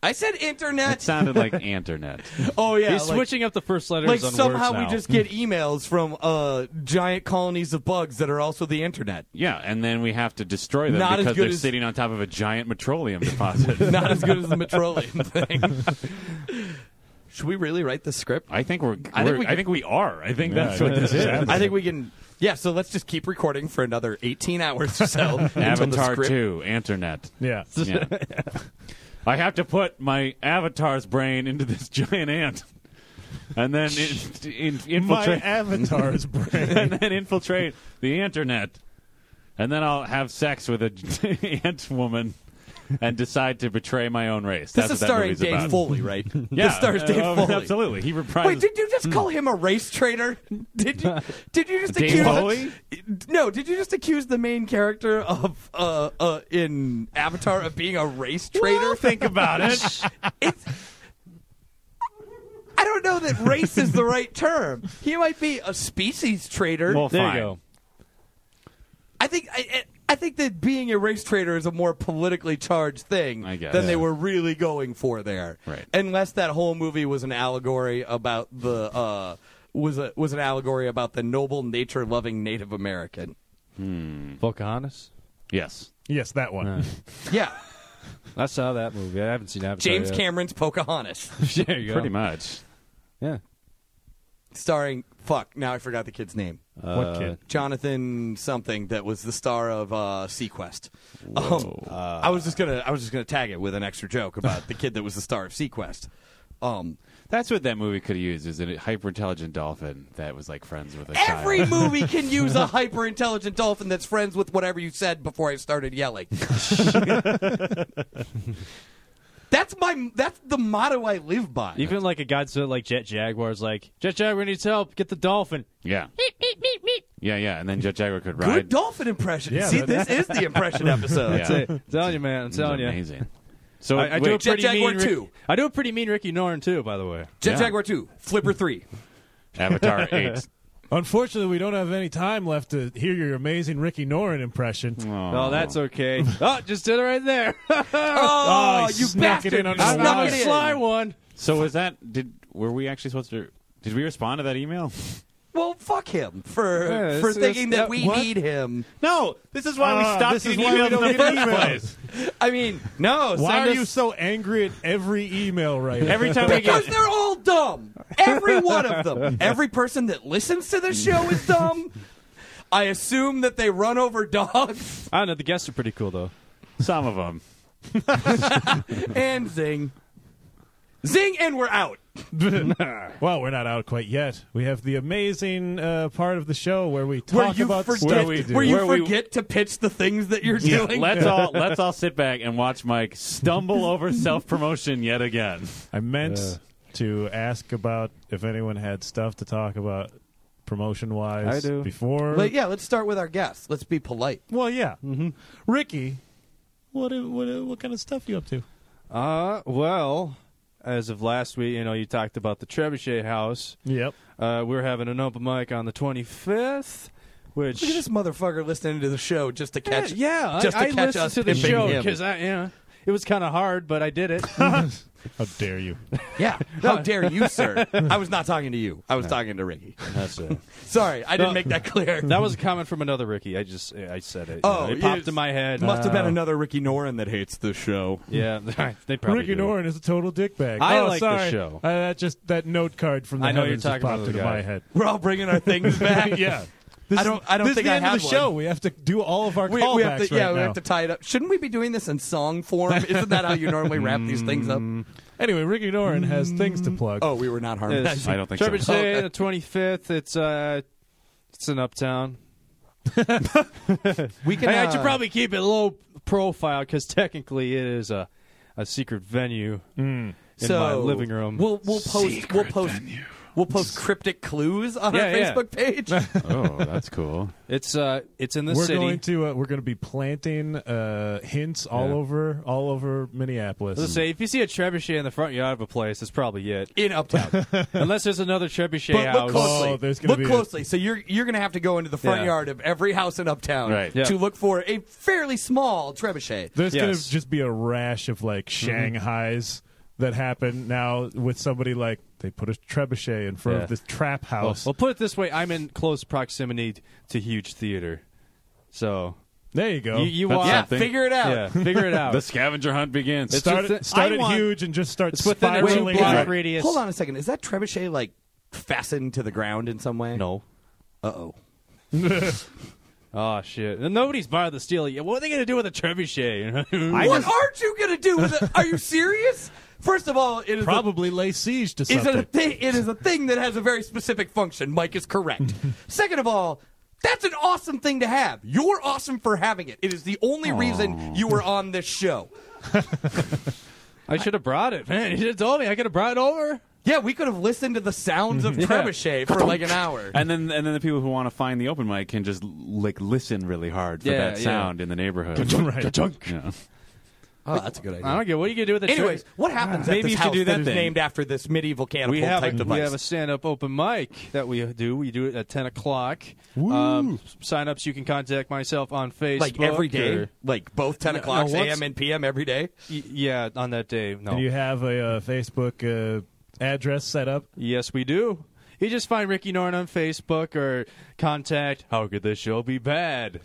S1: I said internet.
S6: That sounded like internet.
S1: oh yeah,
S5: He's
S1: like,
S5: switching up the first letters
S1: Like
S5: on
S1: somehow
S5: words
S1: we
S5: now.
S1: just get emails from uh, giant colonies of bugs that are also the internet.
S6: Yeah, and then we have to destroy them
S1: Not as
S6: because
S1: good
S6: they're
S1: as-
S6: sitting on top of a giant petroleum deposit.
S1: Not as good as the Metrolium thing. Should we really write the script?
S6: I think we're.
S1: I think
S6: we're-
S1: we
S6: I think we are. I think
S2: Uh,
S6: that's what this is.
S1: I think we can. Yeah, so let's just keep recording for another 18 hours or so. until the
S6: Avatar
S1: script-
S6: two, internet.
S2: Yeah.
S6: Yeah. I have to put my avatar's brain into this giant ant. and then in, in,
S2: My
S6: infiltrate
S2: avatar is
S6: and
S2: brain.
S6: then infiltrate the internet, and then I'll have sex with a ant woman and decide to betray my own race.
S1: This is
S6: That's what that
S1: starring
S6: movie's
S1: Dave
S6: about.
S1: Foley, right?
S6: Yeah,
S1: this stars
S6: uh,
S1: Dave
S6: oh,
S1: Foley.
S6: Absolutely, he reprises.
S1: Wait, did you just call him a race traitor? Did you? Did you just
S6: Dave
S1: accuse?
S6: Foley?
S1: No, did you just accuse the main character of uh, uh, in Avatar of being a race traitor?
S6: think about it?
S1: it's, I don't know that race is the right term. He might be a species traitor.
S6: well,
S5: There
S6: fine.
S5: you go.
S1: I think I, I- I think that being a race traitor is a more politically charged thing
S6: I guess.
S1: than
S6: Yeah.
S1: they were really going for there.
S6: Right.
S1: Unless that whole movie was an allegory about the uh, was a was an allegory about the noble nature loving Native American.
S5: Volcanus.
S6: Yes.
S2: yes, that one.
S1: Yeah,
S8: I saw that movie. I haven't seen Avatar.
S1: James
S8: yet.
S1: Cameron's Pocahontas,
S8: there you go.
S6: Pretty much.
S8: Yeah.
S1: starring fuck. Now I forgot the kid's name.
S6: Uh.
S2: What kid?
S1: Jonathan something that was the star of uh, Sequest. Um, I was just gonna I was just gonna tag it with an extra joke about the kid that was the star of Sequest. Um,
S6: That's what that movie could have used is a hyper intelligent dolphin that was like friends with a
S1: Every
S6: child.
S1: movie can use a hyper intelligent dolphin that's friends with whatever you said before I started yelling. that's my that's the motto I live by.
S5: Even like a Godzilla, like Jet Jaguar's, like Jet Jaguar needs help. Get the dolphin.
S6: Yeah. Yeah, yeah. And then Jet Jaguar could
S1: Good
S6: ride.
S1: dolphin impression.
S2: Yeah,
S1: See,
S2: that-
S1: this is the impression episode.
S6: Yeah.
S8: That's it. I'm telling you, man. I'm
S6: It was
S8: telling you.
S6: amazing. So
S5: I, I do a
S6: wait,
S1: Jet
S5: pretty
S1: Jaguar
S5: mean Rick-
S1: 2.
S5: I do a pretty mean Ricky Norn too, by the way.
S1: Jet
S6: Yeah.
S1: Jaguar Two, Flipper Three.
S6: Avatar eight.
S2: Unfortunately, we don't have any time left to hear your amazing Ricky Norin impression.
S8: Oh, that's okay.
S5: Oh, just did it right there.
S1: Oh,
S2: he
S1: you
S2: snuck it
S1: bastard!
S2: in under
S1: You
S2: the
S1: snuck
S2: wire.
S1: it in.
S5: Sly one.
S6: So was that? Did were we actually supposed to? Did we respond to that email?
S1: Well, fuck him for
S8: Yeah,
S1: for
S8: it's-
S1: thinking
S8: it's-
S1: that
S8: uh,
S1: we
S8: what?
S1: need him.
S6: No. This is why
S2: we Ah, stopped this is getting why we emails in don't the get first emails. place.
S1: I mean, no.
S2: Why
S1: send
S2: are
S1: us-
S2: you so angry at every email right now?
S6: Every time we
S1: Because
S6: get
S1: they're all dumb. Every one of them. Every person that listens to the show is dumb. I assume that they run over dogs
S5: I don't know. The guests are pretty cool though.
S6: some of them.
S1: and zing. Zing and we're out.
S2: well, we're not out quite yet. We have the amazing uh, part of the show where we talk
S1: Where you
S2: about
S1: forget,
S2: stuff
S6: we do.
S1: where you
S6: Where we-
S1: forget to pitch the things that you're
S6: Yeah,
S1: doing.
S6: let's all let's all sit back and watch Mike stumble over self promotion yet again.
S2: I meant
S8: Yeah.
S2: to ask about if anyone had stuff to talk about promotion wise
S8: I do.
S2: before.
S1: But yeah, let's start with our guests. Let's be polite.
S2: Well, yeah. Mm-hmm. Ricky, what, what what kind of stuff you up to?
S5: Uh,
S8: Well, as of last week, you know, you talked about the Trebuchet House.
S2: Yep.
S8: Uh, we're having an open mic on the 25th, which
S1: Look at this motherfucker listening to the show just to catch.
S8: yeah, I-
S1: just to
S8: I,
S1: catch
S8: listened
S1: us
S8: to the
S1: pimping
S8: show
S1: him.
S8: because I, you know, it was kind of hard, but I did it.
S2: How dare you?
S1: Yeah. How dare you, sir? I was not talking to you. I was talking to Ricky.
S8: That's it.
S1: Sorry, I didn't make that clear.
S8: That was a comment from another Ricky. I just I said it. you
S1: Oh,
S8: know, it
S1: you-
S8: popped in my head.
S1: Must have
S8: Uh,
S1: been another Ricky Norin that hates the show.
S8: Yeah, they probably
S2: Ricky
S8: do.
S2: Norin is a total dickbag.
S8: I
S2: oh,
S8: like the
S2: sorry.
S8: show.
S2: Uh, that just that note card from the
S8: I know
S2: heavens
S8: you're talking
S2: just
S8: about
S2: popped
S8: the
S2: into
S8: guy.
S2: my head.
S1: We're all bringing our things back.
S2: yeah.
S1: I don't. I don't
S2: this
S1: think
S2: is the
S1: I
S2: end
S1: have
S2: of the
S1: one.
S2: show. We have to do all of our
S1: We,
S2: callbacks
S1: we have to.
S2: right
S1: yeah, we
S2: now.
S1: have to tie it up. Shouldn't we be doing this in song form? Isn't that how you normally wrap these things up?
S2: Anyway, Ricky Norin has things to plug.
S1: Oh, we were not harmonizing.
S8: Yes.
S6: I don't think
S8: Trebuchet
S6: so.
S1: Oh, uh,
S8: the 25th. It's uh, it's an uptown.
S1: We can.
S8: Hey, I
S1: uh,
S8: should probably keep it low profile because technically it is a, a secret venue
S1: Mm.
S8: in
S1: so
S8: my living room.
S1: We'll we'll post. we'll post. We'll post cryptic clues on our
S8: Yeah, yeah.
S1: Facebook page.
S6: Oh, that's cool.
S8: it's uh, it's in the
S2: we're
S8: city.
S2: going to uh, we're going to be planting uh, hints all
S8: Yeah.
S2: over all over Minneapolis.
S8: Let's say if you see a trebuchet in the front yard of a place, it's probably it.
S1: in uptown,
S8: Unless there's another trebuchet
S1: but
S8: house.
S1: look closely.
S2: Oh, there's gonna
S1: look
S2: be a-
S1: closely. So you're you're going to have to go into the front
S8: Yeah.
S1: yard of every house in uptown
S6: Right.
S8: Yeah.
S1: to look for a fairly small trebuchet.
S2: There's going
S8: Yes. Mm-hmm.
S2: to just be a rash of like Shanghai's that happen now with somebody like they put a trebuchet in front
S8: Yeah.
S2: of this trap
S8: Well,
S2: house.
S8: Oh, well, put it this way: I'm in close proximity to huge theater, so
S2: there you go.
S8: you, you
S6: That's
S8: walk.
S1: yeah,
S6: something.
S1: figure it out.
S8: yeah, figure it out.
S6: The scavenger hunt begins.
S8: It's
S2: start
S8: within-
S2: it, start
S8: I
S2: it
S8: want-
S2: huge and just start
S8: it's within a two
S2: spiraling.
S8: block
S2: out.
S8: radius.
S1: Hold on a second. Is that trebuchet like fastened to the ground in some way?
S8: No.
S1: Uh oh.
S8: Oh shit! And nobody's bothered to steal it. yet. What are they gonna do with a trebuchet?
S1: What are you gonna do with it? Are you serious? First of all, it is a
S2: Probably lay siege to
S1: is it,
S2: something.
S1: a thing, it is a thing that has a very specific function. Mike is correct. Second of all, that's an awesome thing to have. You're awesome for having it. It is the only reason you were on this show.
S5: I should have brought it, man. You should have told me. I could have brought it over.
S1: Yeah, we could have listened to the sounds of trebuchet for like an hour.
S6: And then, and then the people who want to find the open mic can just like listen really hard for
S5: Yeah,
S6: that
S5: yeah.
S6: sound in the neighborhood.
S2: right.
S6: Yeah.
S1: Oh, that's a good idea.
S5: I don't get. What are you gonna do with it?
S1: Anyways, what happens at
S6: Maybe
S1: this
S6: you should
S1: house
S6: do that
S1: that is
S6: then.
S1: named after this medieval cannibal
S5: we have
S1: type
S5: a, we
S1: device?
S5: have a stand-up open mic that we do. We do it at ten o'clock. Um, sign-ups. You can contact myself on Facebook.
S1: like every day,
S5: or-
S1: like both 10 o'clock
S5: no, what's-
S1: a.m. and p.m. every day.
S5: y- yeah, on that day. No.
S2: And you have a uh, Facebook uh, address set up.
S5: yes, we do. You just find Ricky Norton on Facebook or contact. How could this show be bad?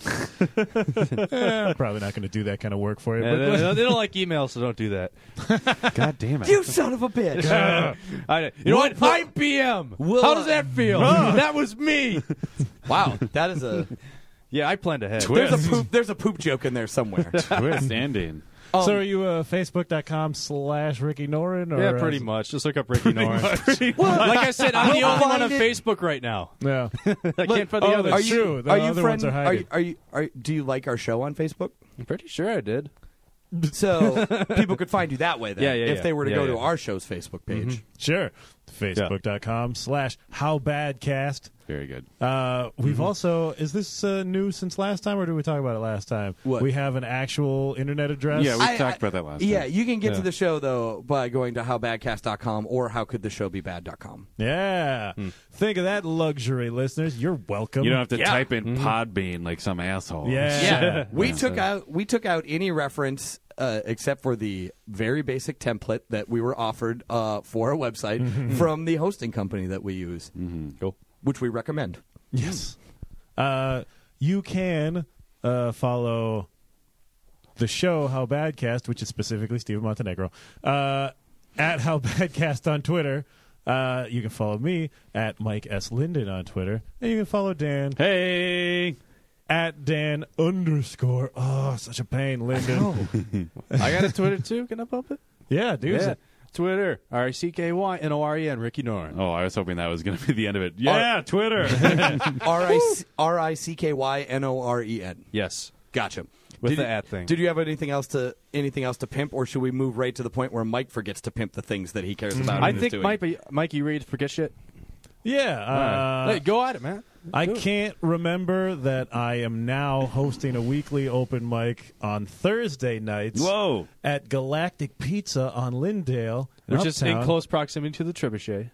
S2: I'm probably not going to do that kind of work for you.
S5: And
S2: but-
S5: they, don't- they don't like email, so don't do that.
S6: God damn it!
S1: You son of a bitch.
S5: I, you know what? 5 p.m. How does that feel? that was me.
S1: wow, that is a
S5: Yeah, I planned ahead.
S1: there's a poop there's a poop joke in there somewhere.
S6: Twist ending.
S2: so are you uh, Facebook.com slash Ricky Norin? Or, uh,
S5: Yeah, pretty much. Just look up Ricky Norton. like I said, I'm the
S1: We'll
S5: only one on
S1: find it.
S5: Facebook right now.
S2: Yeah.
S5: I can't find the
S2: oh,
S5: other.
S2: that's true. The
S1: are you
S2: other
S1: friend,
S2: ones are
S1: are you,
S2: hiding.
S1: are you are do you like our show on Facebook?
S5: I'm pretty sure I did.
S1: So people could find you that way then
S5: Yeah, yeah,
S1: if
S5: yeah.
S1: they were to
S5: Yeah,
S1: go
S5: yeah.
S1: to our show's Facebook page.
S2: Sure. Facebook.com slash How Bad Cast.
S6: Very good.
S2: Uh, we've
S6: Mm-hmm.
S2: also is this uh, new since last time, or did we talk about it last time?
S1: What?
S2: We have an actual internet address.
S6: Yeah, we
S1: I-
S6: talked
S1: I-
S6: about that last
S1: Yeah,
S6: time.
S1: you can get to the show though by going to howbadcast.com or howcouldtheshowbebad.com.
S2: yeah. Think of that luxury, listeners. You're welcome.
S6: Hmm. You don't have to
S1: Yeah.
S6: type in Podbean like some asshole.
S2: Yeah.
S1: Yeah, we
S6: Mm-hmm. Yeah.
S1: took out we took out any reference uh, except for the very basic template that we were offered uh, for our
S6: Mm-hmm.
S1: website from the hosting company that we use, which we recommend.
S2: Yes. Uh, you can uh, follow the show How Badcast, which is specifically Steven Montenegro, uh, at How Badcast on Twitter. Uh, you can follow me at Mike S. Linden on Twitter. And you can follow Dan
S6: Hey.
S2: at Dan underscore. Oh, such a pain, Linden.
S5: I got a Twitter too. Can I bump it?
S2: yeah, dude.
S5: Yeah. Twitter, R I C K Y N O R E N, Ricky Norton.
S6: Oh, I was hoping that was going to be the end of it. Yeah, Twitter.
S1: R I C- R I C K Y N O R E N.
S5: Yes.
S1: Gotcha.
S5: With
S1: did
S5: the
S1: you,
S5: at thing.
S1: Did you have anything else to anything else to pimp, or should we move right to the point where Mike forgets to pimp the things that he cares about?
S5: I
S1: and is
S5: think
S1: doing?
S5: might be Mikey Reed forget shit.
S2: Yeah. Uh,
S5: hey, go at it, man.
S2: I
S5: Do it.
S2: can't remember that I am now hosting a weekly open mic on Thursday nights.
S6: Whoa.
S2: At Galactic Pizza on Lindale, in
S5: Which is in
S2: Uptown.
S5: close proximity to the trebuchet.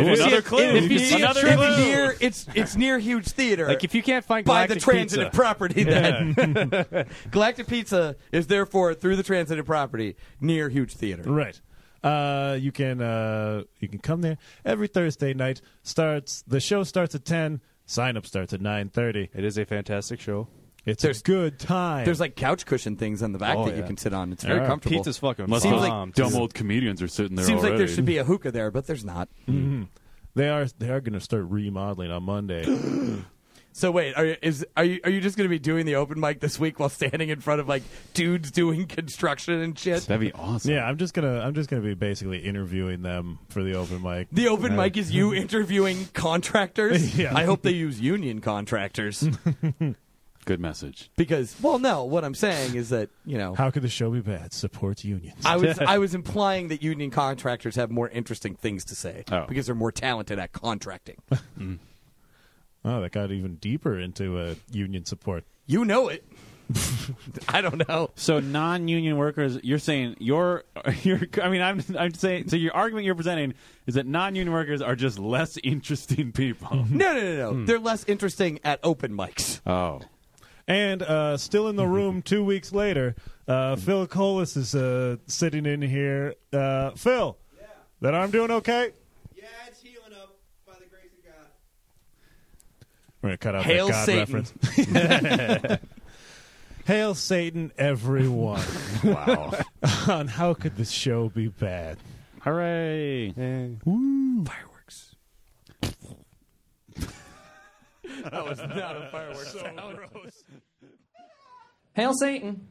S1: If you see
S6: another
S1: it-
S6: clue.
S1: If you
S6: Another
S1: see it
S6: clue.
S1: it's near, it's it's near huge theater.
S5: Like if you can't find
S1: by the
S5: Galactic
S1: transitive
S5: Pizza,
S1: property. Then Galactic Pizza is therefore through the transitive property near Huge Theater.
S2: Right. Uh, you can uh, you can come there every Thursday night. Starts the show starts at ten. Sign up starts at nine thirty.
S5: it is a fantastic show.
S2: It's
S1: There's-
S2: a good time.
S1: There's like couch cushion things on the back
S5: Oh,
S1: that you
S5: yeah.
S1: can sit on. It's very
S2: Yeah.
S1: comfortable.
S5: Pizza's fucking
S6: Unless
S1: Seems
S6: those
S1: like-
S6: dumb old comedians are sitting there
S1: Seems
S6: already.
S1: like there should be a hookah there, but there's not.
S2: they are they are going to start remodeling on Monday.
S1: So wait, are you, is are you are you just going to be doing the open mic this week while standing in front of like dudes doing construction and shit?
S6: That'd be awesome.
S2: yeah, I'm just gonna I'm just gonna be basically interviewing them for the open mic.
S1: The open mic is you interviewing contractors.
S2: Yeah.
S1: I hope they use union contractors
S6: Good message.
S1: because well, no, what I'm saying is that you know
S2: How could the show be bad? Supports unions.
S1: I was I was implying that union contractors have more interesting things to say
S6: Oh.
S1: because they're more talented at contracting.
S2: Oh, that got even deeper into uh, union support.
S1: you know it. I don't know.
S6: So non-union workers, you're saying your, your. I mean, I'm, I'm saying. So your argument you're presenting is that non-union workers are just less interesting people.
S1: No, no, no, no. They're less interesting at open mics.
S6: oh,
S2: And uh, still in the room two weeks later, uh, Phil Colas is uh, sitting in here. Uh, Phil, that arm doing okay?
S9: Yeah, it's healing up by the grace of God.
S2: We're gonna cut out
S1: Hail
S2: that God
S1: Satan.
S2: reference. Hail Satan, everyone!
S6: wow!
S2: On how could this show be bad?
S6: Hooray!
S1: Fireworks. that was not a fireworks sound.
S10: Hail Satan!